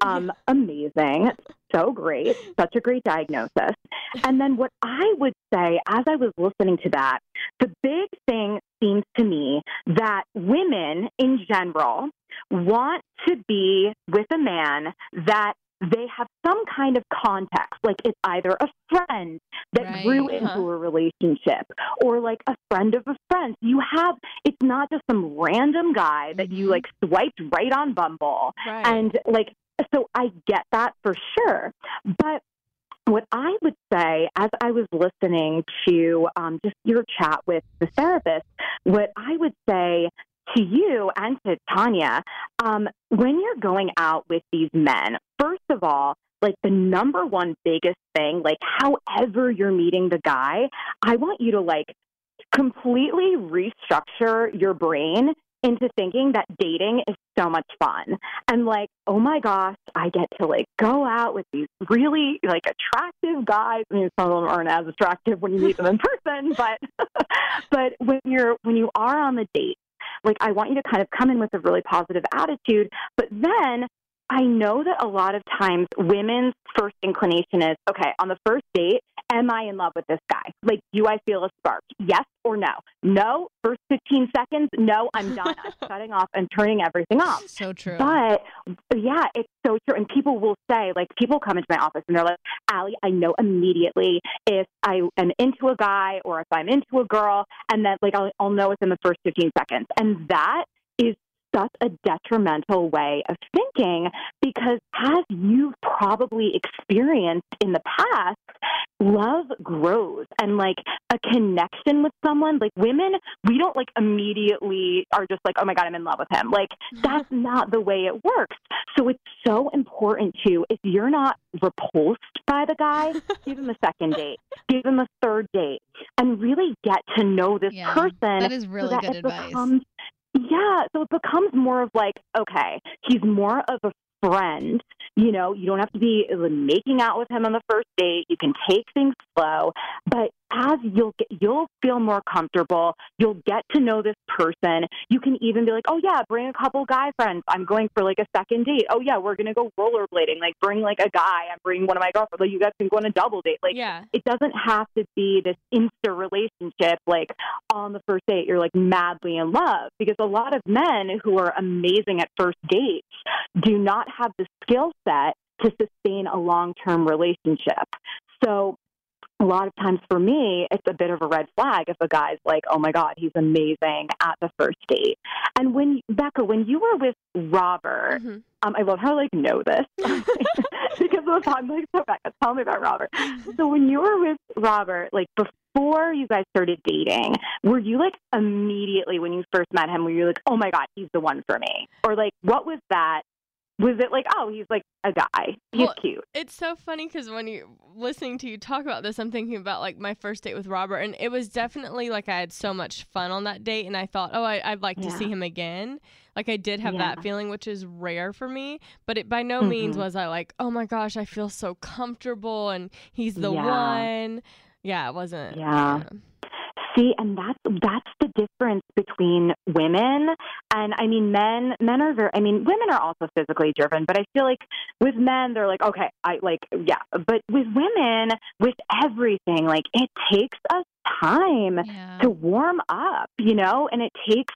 Um, amazing, so great, such a great diagnosis. And then what I would say as I was listening to that, the big thing seems to me that women in general want to be with a man that they have some kind of context, like it's either a friend that Right, grew into huh. a relationship or like a friend of a friend. You have, it's not just some random guy that you Mhm. like swiped right on Bumble. right. And like, so I get that for sure. But what I would say as I was listening to um, just your chat with the therapist, what I would say to you and to Tanya, um, when you're going out with these men, first of all, like the number one biggest thing, like however you're meeting the guy, I want you to like completely restructure your brain into thinking that dating is so much fun and like oh my gosh i get to like go out with these really like attractive guys i mean some of them aren't as attractive when you meet them in person (laughs) but but when you're when you are on the date like i want you to kind of come in with a really positive attitude but then I know that a lot of times women's first inclination is, okay, on the first date, am I in love with this guy? Like, do I feel a spark? Yes or no? No, first 15 seconds, no, I'm done. I'm shutting off and turning everything off. So true. But yeah, it's so true. And people will say, like, people come into my office and they're like, Allie, I know immediately if I am into a guy or if I'm into a girl. And then, like, I'll, I'll know within the first 15 seconds. And that is such a detrimental way of thinking because, as you've probably experienced in the past, love grows and like a connection with someone like women we don't like immediately are just like oh my god i'm in love with him like Mm-hmm. that's not the way it works so it's so important to if you're not repulsed by the guy give him a (laughs) second date give him a third date and really get to know this Yeah, person that is really so that good it advice. becomes- yeah, so it becomes more of like, okay, he's more of a friend. You uh, know, you don't have to be making out with him on the first date. You can take things slow, but as you'll get, you'll feel more comfortable. You'll get to know this person. You can even be like, oh yeah, bring a couple guy friends. I'm going for like a second date. Oh yeah, we're gonna go rollerblading. Like bring like a guy. I'm bringing one of my girlfriends. Like you guys can go on a double date. Like yeah. it doesn't have to be this insta relationship like on the first date you're like madly in love because a lot of men who are amazing at first dates do not have the skill set to sustain a long-term relationship so a lot of times for me, it's a bit of a red flag if a guy's like, oh my God, he's amazing at the first date. And when, Becca, when you were with Robert, Mm-hmm. Mhm. um, I love how I (laughs) like know this (laughs) (laughs) because of the song. Like, so Becca, tell me about Robert. So when you were with Robert, like before you guys started dating, were you like immediately when you first met him, were you like, oh my god, he's the one for me, or like what was that? Was it like, oh, he's like a guy, he's Well- cute? It's so funny because when you listening to you talk about this, I'm thinking about like my first date with Robert, and it was definitely like I had so much fun on that date, and I thought, oh, I, I'd like to Yeah. see him again. Like I did have Yeah. that feeling, which is rare for me, but it by no means Mhm. was I like, oh my gosh, I feel so comfortable, and he's the Yeah. one. Yeah, it wasn't. Yeah. See, and that's that's the difference between women and I mean men. Men are very. I mean, women are also physically driven, but I feel like with men, they're like, okay, I like, yeah. But with women, with everything, like it takes us time Yeah. (laughs) to warm up, you know, and it takes.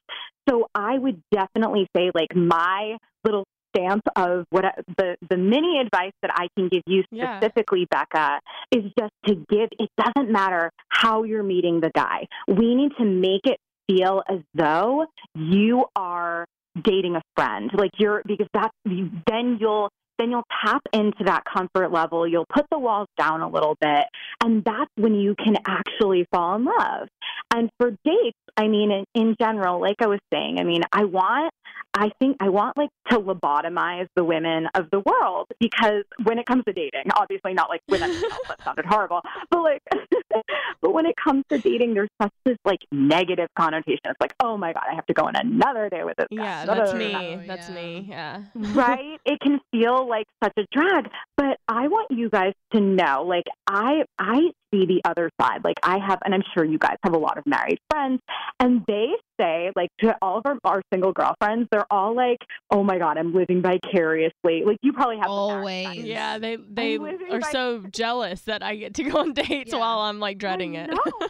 So I would definitely say, like my little stamp of what I, the the mini advice that I can give you Yeah. specifically, Becca, is just to give. It doesn't matter how you're meeting the guy. We need to make it feel as though you are dating a friend, like you're because that's then you'll. Then you'll tap into that comfort level. You'll put the walls down a little bit. And that's when you can actually fall in love. And for dates, I mean, in, in general, like I was saying, I mean, I want, I think I want like to lobotomize the women of the world because when it comes to dating, obviously not like (laughs) women, themselves, that sounded horrible, but like, (laughs) but when it comes to dating, there's such this like negative connotation. It's like, oh my God, I have to go on another day with this guy. Yeah, Da, da, that's da, da, da. me. Oh, That's yeah. me. Yeah. (laughs) right it can feel like such a drag but i want you guys to know like i i see the other side like i have and i'm sure you guys have a lot of married friends and they say like to all of our, our single girlfriends they're all like oh my god i'm living vicariously like you probably have the married Always. friends. Yeah, they they living are by- (laughs) so jealous that I get to go on dates Yeah. while I'm like dreading I it. know.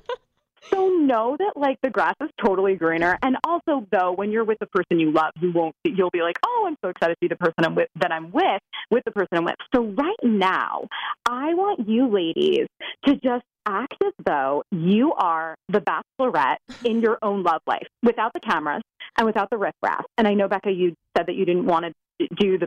so know that like the grass is totally greener. And also though, when you're with the person you love, you won't be- you'll be like, oh, I'm so excited to be the person I'm with that I'm with with the person I'm with. So right now, I want you ladies to just act as though you are the bachelorette in your own love life without the cameras and without the riffraff. And I know Becca, you said that you didn't want to d- do the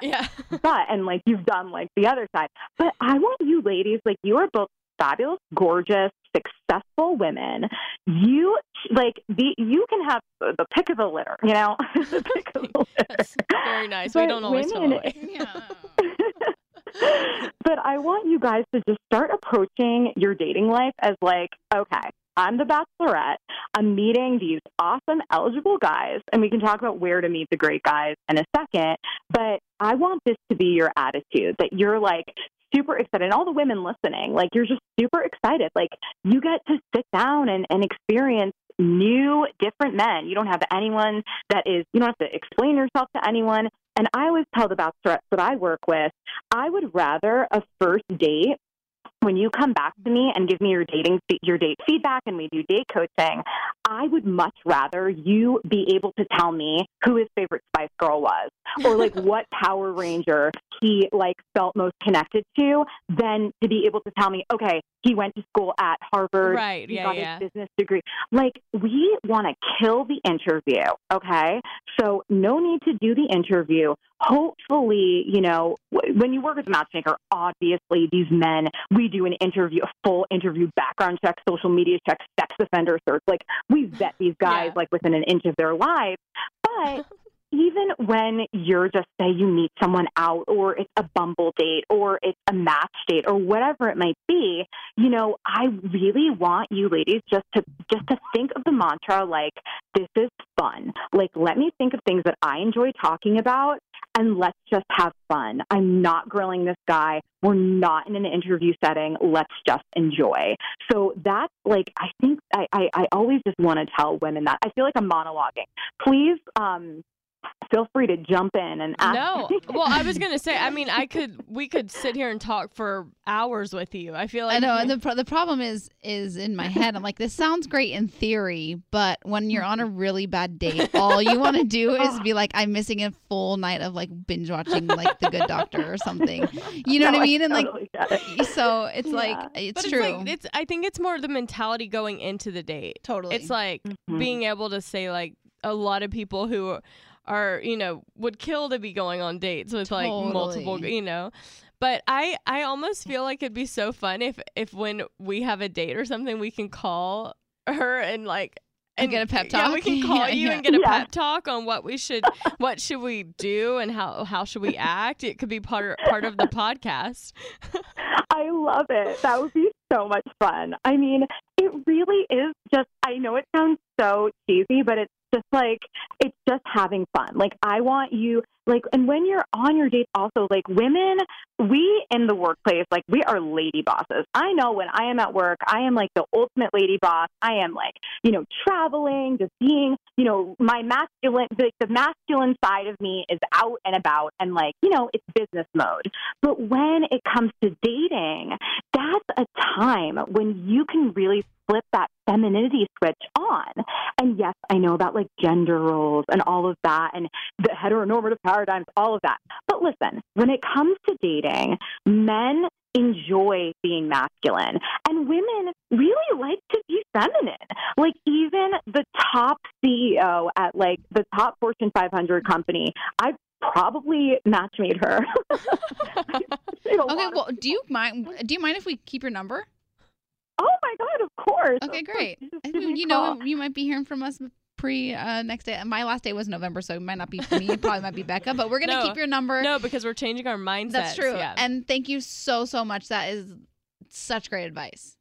(laughs) (laughs) yeah. but and like you've done like the other side. But I want you ladies, like you are both fabulous, gorgeous, successful women. You like the you can have the pick of the litter, you know. (laughs) The pick of the litter. That's very nice. We But don't always feel women- that way. (laughs) but I want you guys to just start approaching your dating life as like, okay, I'm the bachelorette. I'm meeting these awesome eligible guys, and we can talk about where to meet the great guys in a second. But I want this to be your attitude that you're like super excited. And all the women listening, like you're just super excited. Like you get to sit down and, and experience new, different men. You don't have anyone that is, you don't have to explain yourself to anyone. And I always tell the bachelorettes that I work with, I would rather a first date when you come back to me and give me your dating your date feedback and we do date coaching i would much rather you be able to tell me who his favorite spice girl was or (laughs) like what power ranger he like felt most connected to than to be able to tell me okay he went to school at harvard Right. he Yeah. got Yeah. his business degree. Like, we want to kill the interview, okay? So, no need to do the interview. Hopefully, you know, w- when you work as a matchmaker, obviously these men, we do an interview, a full interview, background check, social media check, sex offender search. Like, we vet these guys Yeah. like within an inch of their lives. But even when you're just say you meet someone out or it's a bumble date or it's a match date or whatever it might be you know i really want you ladies just to just to think of the mantra like this is fun like let me think of things that i enjoy talking about and let's just have fun. I'm not grilling this guy. We're not in an interview setting. Let's just enjoy. So that's like, I think I, I, I always just want to tell women that. I feel like I'm monologuing. Please um, feel free to jump in and ask. No. Well, I was gonna say. I mean, (laughs) I could. We could sit here and talk for hours with you. I feel like I know, and the pro- the problem is is in my head. I'm like, this sounds great in theory, but when you're on a really bad date, all you want to (laughs) do is be like, I'm missing a full night of like binge watching like The Good Doctor or (laughs) something. You know No, what I mean? And like, totally get it. so it's like it's But it's true. like it's. I think it's more the mentality going into the date. totally. It's like Mm-hmm. Mhm. being able to say like a lot of people who are you know would kill to be going on dates with like multiple Totally. you know. But I I almost feel like it'd be so fun if if when we have a date or something we can call her and like And get a pep Yeah, we talk. (laughs) can call Yeah, you yeah. and get a Yeah. pep talk on what we should what should we do and how how should we act. It could be part part (laughs) of the podcast. I love it. That would be so much fun. I mean, it really is just, I know it sounds so cheesy, but it's just like, it's just having fun. Like, I want you, like, and when you're on your date, also, like, women, we in the workplace, like, we are lady bosses. I know when I am at work, I am like the ultimate lady boss. I am like, you know, traveling, just being, you know, my masculine, like, the masculine side of me is out and about and, like, you know, it's business mode. But when it comes to dating, that's a time when you can really flip that femininity switch on. And yes, I know about like gender roles and all of that and the heteronormative paradigms, all of that. But listen, when it comes to dating, men enjoy being masculine and women really like to be feminine. Like even the top CEO at like the top Fortune 500 company, I've probably matchmade her. (laughs) (laughs) It'll okay. wanna- Well, do you mind? Do you mind if we keep your number? oh my god, of course. Okay, Of course. great. Just I give me think, a Mm-hmm, you call. know, you might be hearing from us pre uh, next day. My last day was November, so it might not be me. It probably might be Becca, but we're gonna No. keep your number. No, because we're changing our mindset. That's true. Yeah. And thank you so so much. That is such great advice.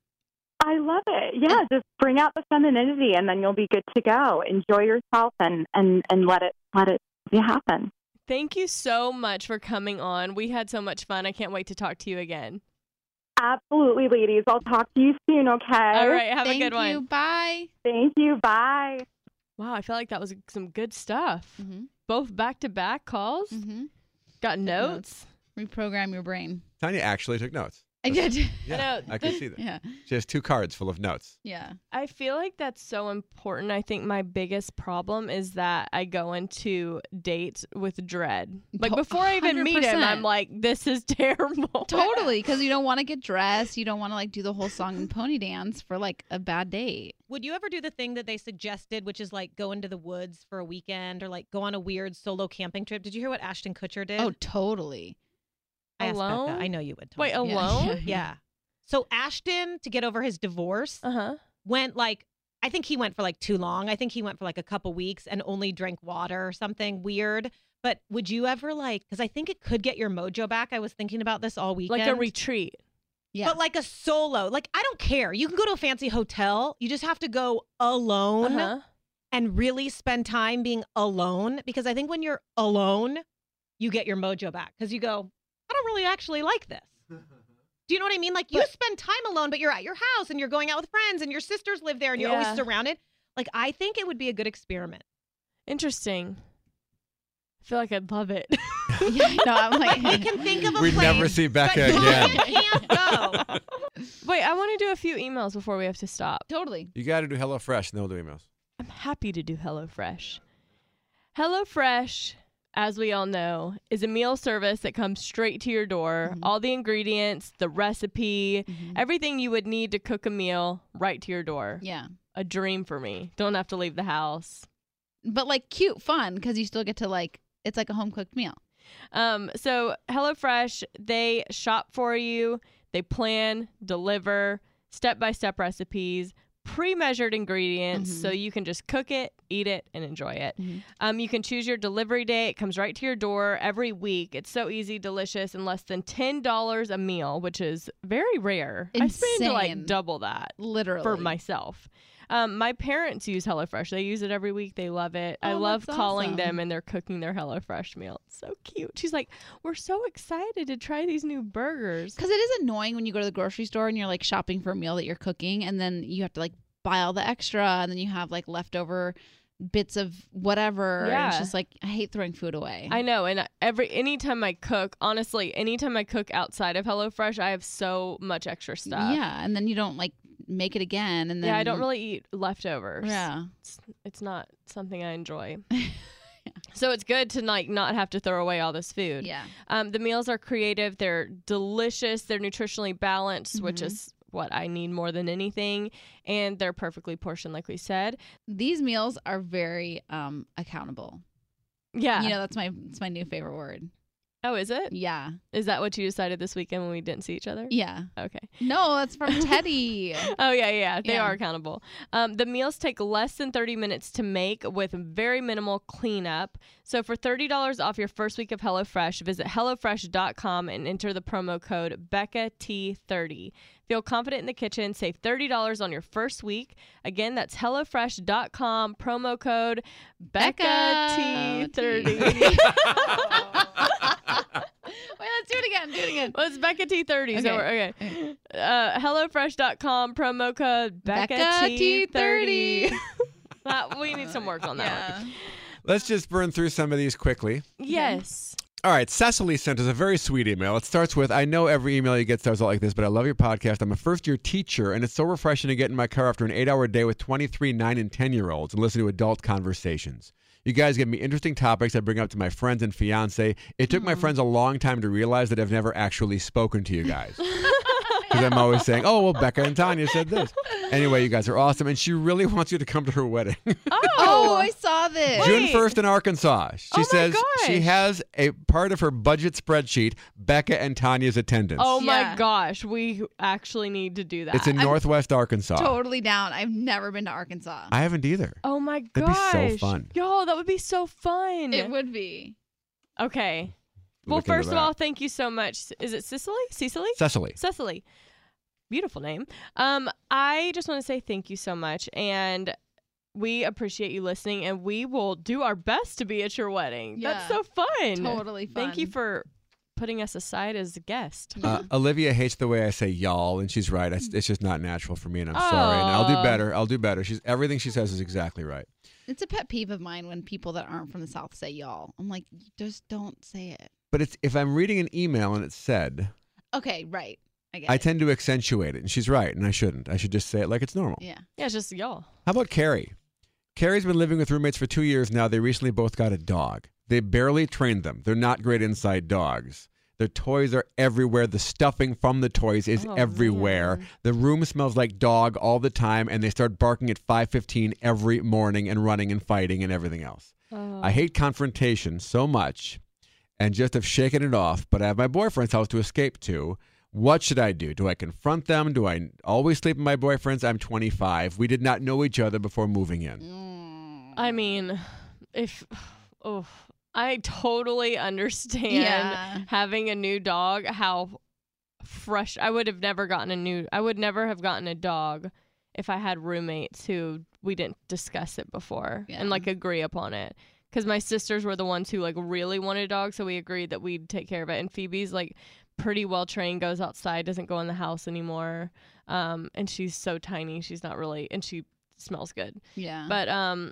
I love it. Yeah, just bring out the femininity, and then you'll be good to go. Enjoy yourself, and and and let it let it happen. Thank you so much for coming on. We had so much fun. I can't wait to talk to you again. Absolutely, ladies. I'll talk to you soon. Okay. All right, have Oh, thank a good you. one. Bye. Thank you. Bye. Wow, I feel like that was some good stuff. Mm-hmm. Both back to back calls. Mm-hmm. Got notes. notes. Reprogram your brain. Tanya actually took notes. I did. Yeah, know. I can see that. yeah. She has two cards full of notes. Yeah. I feel like that's so important. I think my biggest problem is that I go into dates with dread. Like To- before I even meet him, 100%. I'm like, this is (laughs) terrible. Totally, because you don't want to get dressed. You don't want to like do the whole song and pony dance for like a bad date. Would you ever do the thing that they suggested, which is like go into the woods for a weekend or like go on a weird solo camping trip? Did you hear what Ashton Kutcher did? Oh, totally. I asked about alone? that. I know you would. Wait, Tony. Alone? (laughs) yeah. So Ashton, to get over his divorce, Uh huh. went like I think he went for like too long. I think he went for like a couple weeks and only drank water or something weird. But would you ever like? Because I think it could get your mojo back. I was thinking about this all weekend. Like a retreat. Yeah. But like a solo, like I don't care. You can go to a fancy hotel. You just have to go alone Uh-huh. and really spend time being alone because I think when you're alone, you get your mojo back because you go, I don't really actually like this. Do you know what I mean? Like you spend time alone, but you're at your house and you're going out with friends and your sisters live there and you're Yeah. always surrounded. Like I think it would be a good experiment. Interesting. I feel like I'd love it. (laughs) (laughs) yeah, no, I'm like, We can think of a We place. never see but Becca you (laughs) again. can't go. Wait, I want to do a few emails before we have to stop. (laughs) totally. You got to do HelloFresh, and then we'll do emails. I'm happy to do HelloFresh. HelloFresh, as we all know, is a meal service that comes straight to your door. All the ingredients, the recipe, everything you would need to cook a meal right to your door. Yeah. A dream for me. Don't have to leave the house. But like cute fun because you still get to like, it's like a home cooked meal. Um, so HelloFresh, they shop for you, they plan, deliver step by step recipes, pre measured ingredients, so you can just cook it, eat it, and enjoy it. Um, you can choose your delivery day, it comes right to your door every week. It's so easy, delicious, and less than $10 a meal, which is very rare. I spend like Insane. double that Literally. for myself. Um, my parents use HelloFresh. They use it every week. They love it. I Oh, love that's calling awesome. them and they're cooking their HelloFresh meal. It's so cute. She's like, "We're so excited to try these new burgers." Because it is annoying when you go to the grocery store and you're like shopping for a meal that you're cooking, and then you have to like buy all the extra, and then you have like leftover bits of whatever. and it's Yeah. just like I hate throwing food away. I know, and every anytime I cook, honestly, anytime I cook outside of HelloFresh, I have so much extra stuff. Yeah, and then you don't like make it again, and then yeah. I don't really eat leftovers. Yeah, it's, it's not something I (laughs) enjoy. So it's good to like not have to throw away all this food. yeah. Um, the meals are creative. They're delicious. They're nutritionally balanced, which Mhm. is what I need more than anything. And they're perfectly portioned, like we said. These meals are very um accountable. Yeah. You know, that's my that's my new (laughs) favorite word. oh, is it? Yeah, Is that what you decided this weekend when we didn't see each other? yeah. Okay. No, that's from (laughs) Teddy. Oh yeah, yeah, they Yeah. are accountable. Um, the meals take less than thirty minutes to make with very minimal cleanup. So for thirty dollars off your first week of HelloFresh, visit hellofresh.com and enter the promo code Becca T thirty. Feel confident in the kitchen. Save thirty dollars on your first week. Again, that's hellofresh.com promo code Becca T thirty. Wait, let's do it again. Do it again. Well, it's Becca T thirty. So Okay. we're, okay. Uh, HelloFresh.com promo code Becca, Becca T thirty. T30. That- we need some work on that. one. Let's just burn through some of these quickly. Yes. All right, Cecily sent us a very sweet email. It starts with I know every email you get starts out like this, but I love your podcast. I'm a first year teacher, and it's so refreshing to get in my car after an eight hour day with 23, 9, and 10 year olds and listen to adult conversations. You guys give me interesting topics I bring up to my friends and fiance. It took my friends a long time to realize that I've never actually spoken to you guys. Because I'm always saying, oh, well, Becca and Tanya said this. Anyway, you guys are awesome. And she really (laughs) wants you to come to her wedding. (laughs) (laughs) Oh, I saw this. June first in Arkansas. She Oh my says she gosh. has a part of her budget spreadsheet, Becca and Tanya's attendance. Oh my Yeah. gosh, we actually need to do that. it's in Northwest Arkansas. Totally down. I've never been to Arkansas. I haven't either. oh my That'd be gosh. so fun. Yo, that would be so fun. it would be. okay. Well, Look into first of that. all, thank you so much. Is it Sicily? Cecily? (laughs) Cecily. Cecily. Beautiful name. Um, I just want to say thank you so much and we appreciate you listening and we will do our best to be at your wedding. That's Yeah. so fun. Totally fun. Mm. Thank you for putting us aside as a guest. Uh, Olivia hates the way I say y'all, and she's right. It's, it's just not natural for me, and I'm sorry. And I'll do Aw. better. I'll do better. She's everything she says is exactly right. It's a pet peeve of mine when people that aren't from the South say y'all. I'm like, "You just don't say it. But it's if I'm reading an email and it said, Okay, right. I get I it. tend to accentuate it, and she's right, and I shouldn't. I should just say it like it's normal. yeah. Yeah, it's just y'all. How about Carrie? Carrie's been living with roommates for two years now. They recently both got a dog. They barely trained them. They're not great inside dogs. Their toys are everywhere. The stuffing from the toys is Oh, everywhere. The room smells like dog all the time, and they start barking at 5:15 every morning and running and fighting and everything else. I hate confrontation so much, and just have shaken it off. But I have my boyfriend's house to escape to. What should I do? Do I confront them? Do I always sleep in my boyfriend's? I'm 25. We did not know each other before moving in. Mm. I mean, if oh, I totally understand Yeah. having a new dog how fresh I would have never gotten a new I would never have gotten a dog if I had roommates who we didn't discuss it before Yeah. and like agree upon it. Cuz my sisters were the ones who like really wanted a dog, so we agreed that we'd take care of it. And Phoebe's like pretty well trained, goes outside, doesn't go in the house anymore. Um and she's so tiny, she's not really and she smells good. Yeah. But um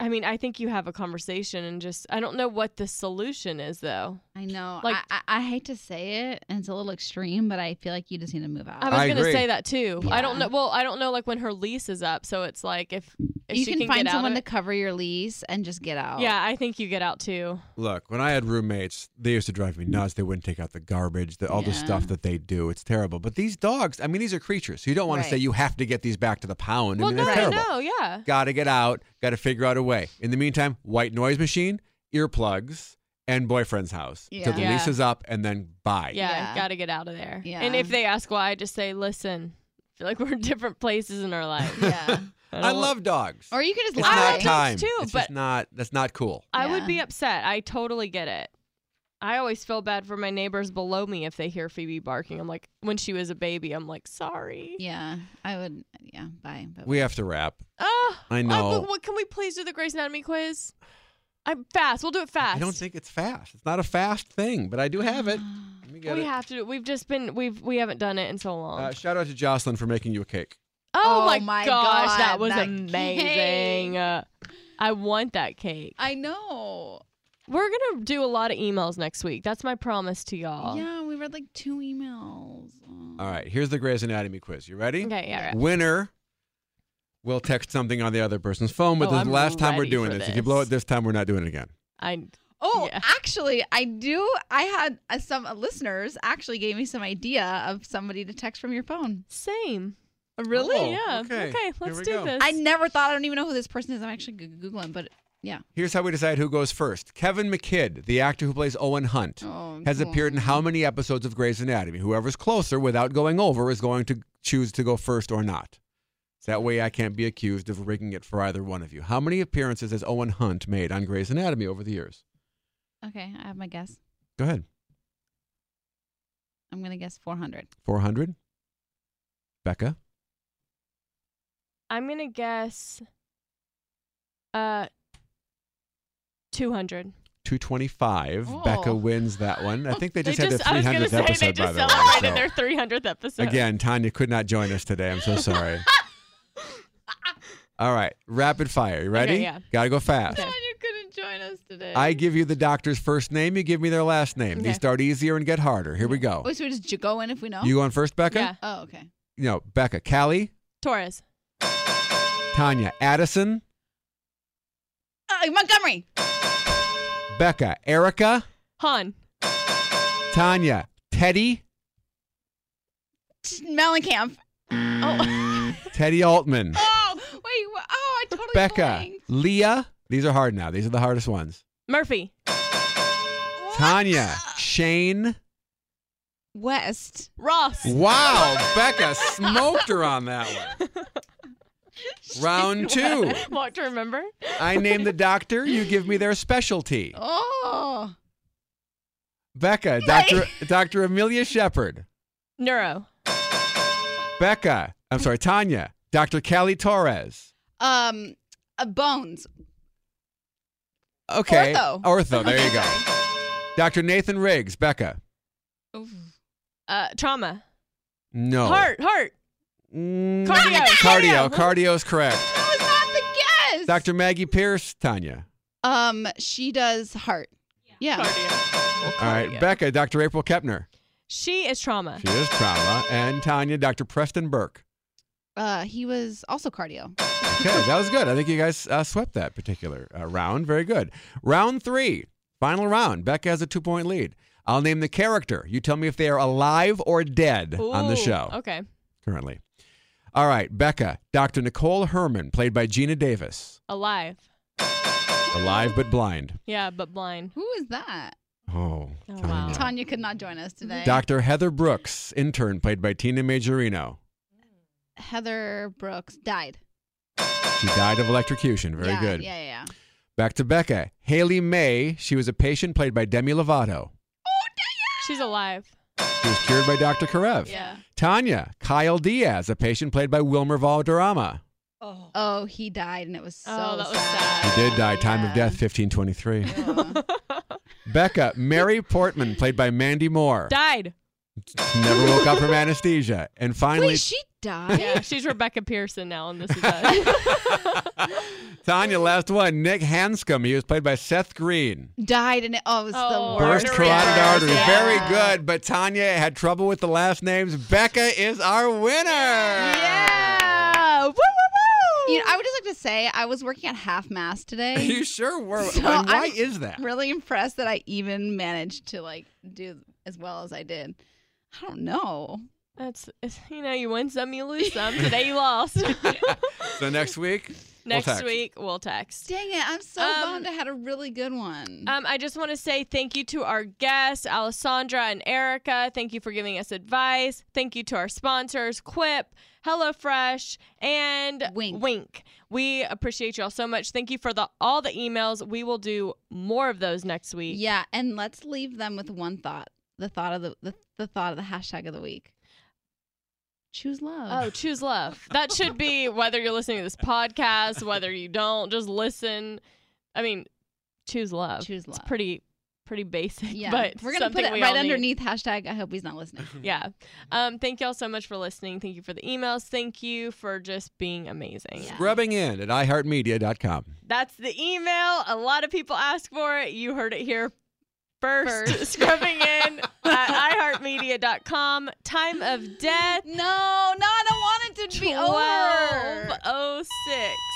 I mean, I think you have a conversation and just I don't know what the solution is though. I know. like- Like I, I hate to say it, and it's a little extreme, but I feel like you just need to move out. I was I going to agree. say that too. I don't Yeah. know well, I don't know like when her lease is up, so it's like if, if you she can, find get out someone of to it- cover your lease and just get out. Yeah, I think you get out too. Look, when I had roommates, they used to drive me nuts. They wouldn't take out the garbage, the, all the Yeah. stuff that they do. It's terrible. But these dogs, I mean, these are creatures. So you don't want to Right. say you have to get these back to the pound. I well, mean, no, that's terrible. no, yeah. Got to get out. Got to figure out a way. In the meantime, white noise machine, earplugs, and boyfriend's house. So the Yeah. lease is up, and then bye. Yeah, Yeah. got to get out of there. Yeah. And if they ask why, just say, "Listen, I feel like we're in different places in our (laughs) life." (laughs) Yeah. I, don't- love dogs. or you can just it's I not love lie. dogs time. too, it's just but- not. That's not cool. I would Yeah. be upset. I totally get it. I always feel bad for my neighbors below me if they hear Phoebe barking. I'm like, when she was a baby, I'm like, sorry. Yeah, I would. Yeah, bye. But We have to wrap. Oh, I know. what can we please do the Grey's Anatomy quiz? I'm fast. We'll do it fast. I don't think it's fast. It's not a fast thing, but I do have (gasps) it. Let me get we it. have to. do We've just been. We've we haven't done it in so long. Uh, shout out to Jocelyn for making you a cake. oh, Oh my, my gosh, God, that was that amazing. cake. Uh, I want that cake. (gasps) I know. We're gonna do a lot of emails next week. That's my promise to y'all. Yeah, we read like two emails. Oh. All right, here's the Grey's Anatomy quiz. You ready? Okay. Yeah. right. Winner will text something on the other person's phone, but Oh, this is I'm the last time we're ready doing for this. If you blow this. it this time, we're not doing it again. I. Oh, Yeah. actually, I do. I had uh, some listeners actually gave me some idea of somebody to text from your phone. Same. Really? Oh, yeah. okay. Here Let's we do go. this. I never thought. I don't even know who this person is. I'm actually g- googling, but yeah. Here's how we decide who goes first. Kevin McKidd, the actor who plays Owen Hunt, Oh, has cool. appeared in how many episodes of Grey's Anatomy? Whoever's closer without going over is going to choose to go first or not. So that way I can't be accused of rigging it for either one of you. How many appearances has Owen Hunt made on Grey's Anatomy over the years? Okay, I have my guess. Go ahead. I'm gonna guess 400. 400? Becca? I'm gonna guess. Uh. Two hundred. 225. Becca Oh. wins that one. I think (laughs) they just had just, I their 300th was gonna say episode, they by just the way. (laughs) celebrated so- their 300th (laughs) episode. Again, Tanya could not join us today. I'm (laughs) so sorry. All right, rapid fire. You ready? Okay, yeah. Gotta go fast. Okay. (laughs) you couldn't join us today. I give you the doctor's first name. You give me their last name. Okay. Oh, These start easier and get harder. Here we go. Wait, Oh, so we just j- go in if we know. You going first, Becca? Yeah. oh, okay. No, Becca. Callie, Torres. Tanya, Addison, Uh, Montgomery. Becca, Erica, Han. Tanya, Teddy, T- (laughs) Mellencamp. Teddy (laughs) Altman, (laughs) Oh, wait. wha- Oh, I totally Becca, blanked. Leah. These are hard now. These are the hardest ones. Murphy. Tanya, Shane. West. Ross. (laughs) Wow, Becca smoked her on that one. (laughs) Round two. Want to remember? I name the doctor. You give me their specialty. Oh, Becca, Doctor Doctor Amelia Shepard. Neuro. Becca, I'm sorry, Tanya, Doctor Callie Torres. um, uh, Bones. Okay, Ortho. Oh, there you go. Doctor Nathan Riggs. Becca, Uh, trauma. no. Heart. Heart. Mm, Cardio. Cardio. Cardio is correct. (laughs) That was not the guess. Doctor Maggie Pierce. Tanya. Um, she does heart. Yeah. Oh, All right, Becca, Doctor April Kepner. She is trauma. She is trauma, and Tanya, Doctor Preston Burke. Uh, he was also cardio. Okay, that was good. I think you guys uh, swept that particular uh, round. Very good. Round three, final round. Becca has a two point lead. I'll name the character. You tell me if they are alive or dead on the Ooh, show Okay. currently. All right, Becca, Dr. Nicole Herman, played by Gina Davis, Alive. alive but blind. Yeah, but blind. Who is that? Oh, Oh, Tanya. wow. Tanya could not join us today. Dr. Heather Brooks, intern, played by Tina Majorino. Heather Brooks died. She died of electrocution. Very Yeah, good. Yeah, yeah, yeah. Back to Becca. Haley May, she was a patient, played by Demi Lovato. She's alive. She was cured by Dr. Karev. Yeah. Tanya, Kyle Diaz, a patient played by Wilmer Valderrama. Oh. Oh, he died, and it was so Oh, that was He sad. sad. did die, time of Yeah. death, (laughs) 1523. Yeah. Becca, Mary Portman, played by Mandy Moore. (laughs) Died. She Never woke up from anesthesia. And finally, Wait, she died. Yeah, she's Rebecca Pearson now, and this is us. (laughs) Tanya, last one, Nick Hanscom. He was played by Seth Green. Died, and it, oh, it was Oh, the worst. Burst Artery carotid burst, artery. yeah. Very good. But Tanya had trouble with the last names. Becca is our winner. yeah. Woo, woo, woo. You know, I would just like to say I was working at half mast (laughs) today. You sure were. So and why I'm is that? really impressed that I even managed to like do as well as I did. I don't know. (laughs) That's it's- you know you win some, you lose some. Today you lost. So next week, Next text. week, we'll text. Dang it. I'm so Um, bummed I had a really good one. Um, I just want to say thank you to our guests, Alessandra and Erica. Thank you for giving us advice. Thank you to our sponsors, Quip, HelloFresh, and Wink. We appreciate y'all so much. Thank you for the all the emails. We will do more of those next week. yeah, and let's leave them with one thought. The thought of the the, the thought of the hashtag of the week. Choose love. Oh, choose love. That should (laughs) be whether you're listening to this podcast, whether you don't, just listen. I mean, choose love. Choose love. It's pretty pretty basic, (laughs) yeah. Oh, but we're gonna put something it we all right need. underneath hashtag I hope he's (laughs) not listening. Yeah. Um, thank y'all so much for listening. Thank you for the emails. Thank you for just being amazing. Yeah. Scrubbing in at iHeartMedia.com. That's the email. A lot of people ask for it. You heard it here first. (laughs) First. Scrubbing (laughs) in at iHeartMedia.com. Time of death oh No, no, I don't want it to be over. 1206. Oh,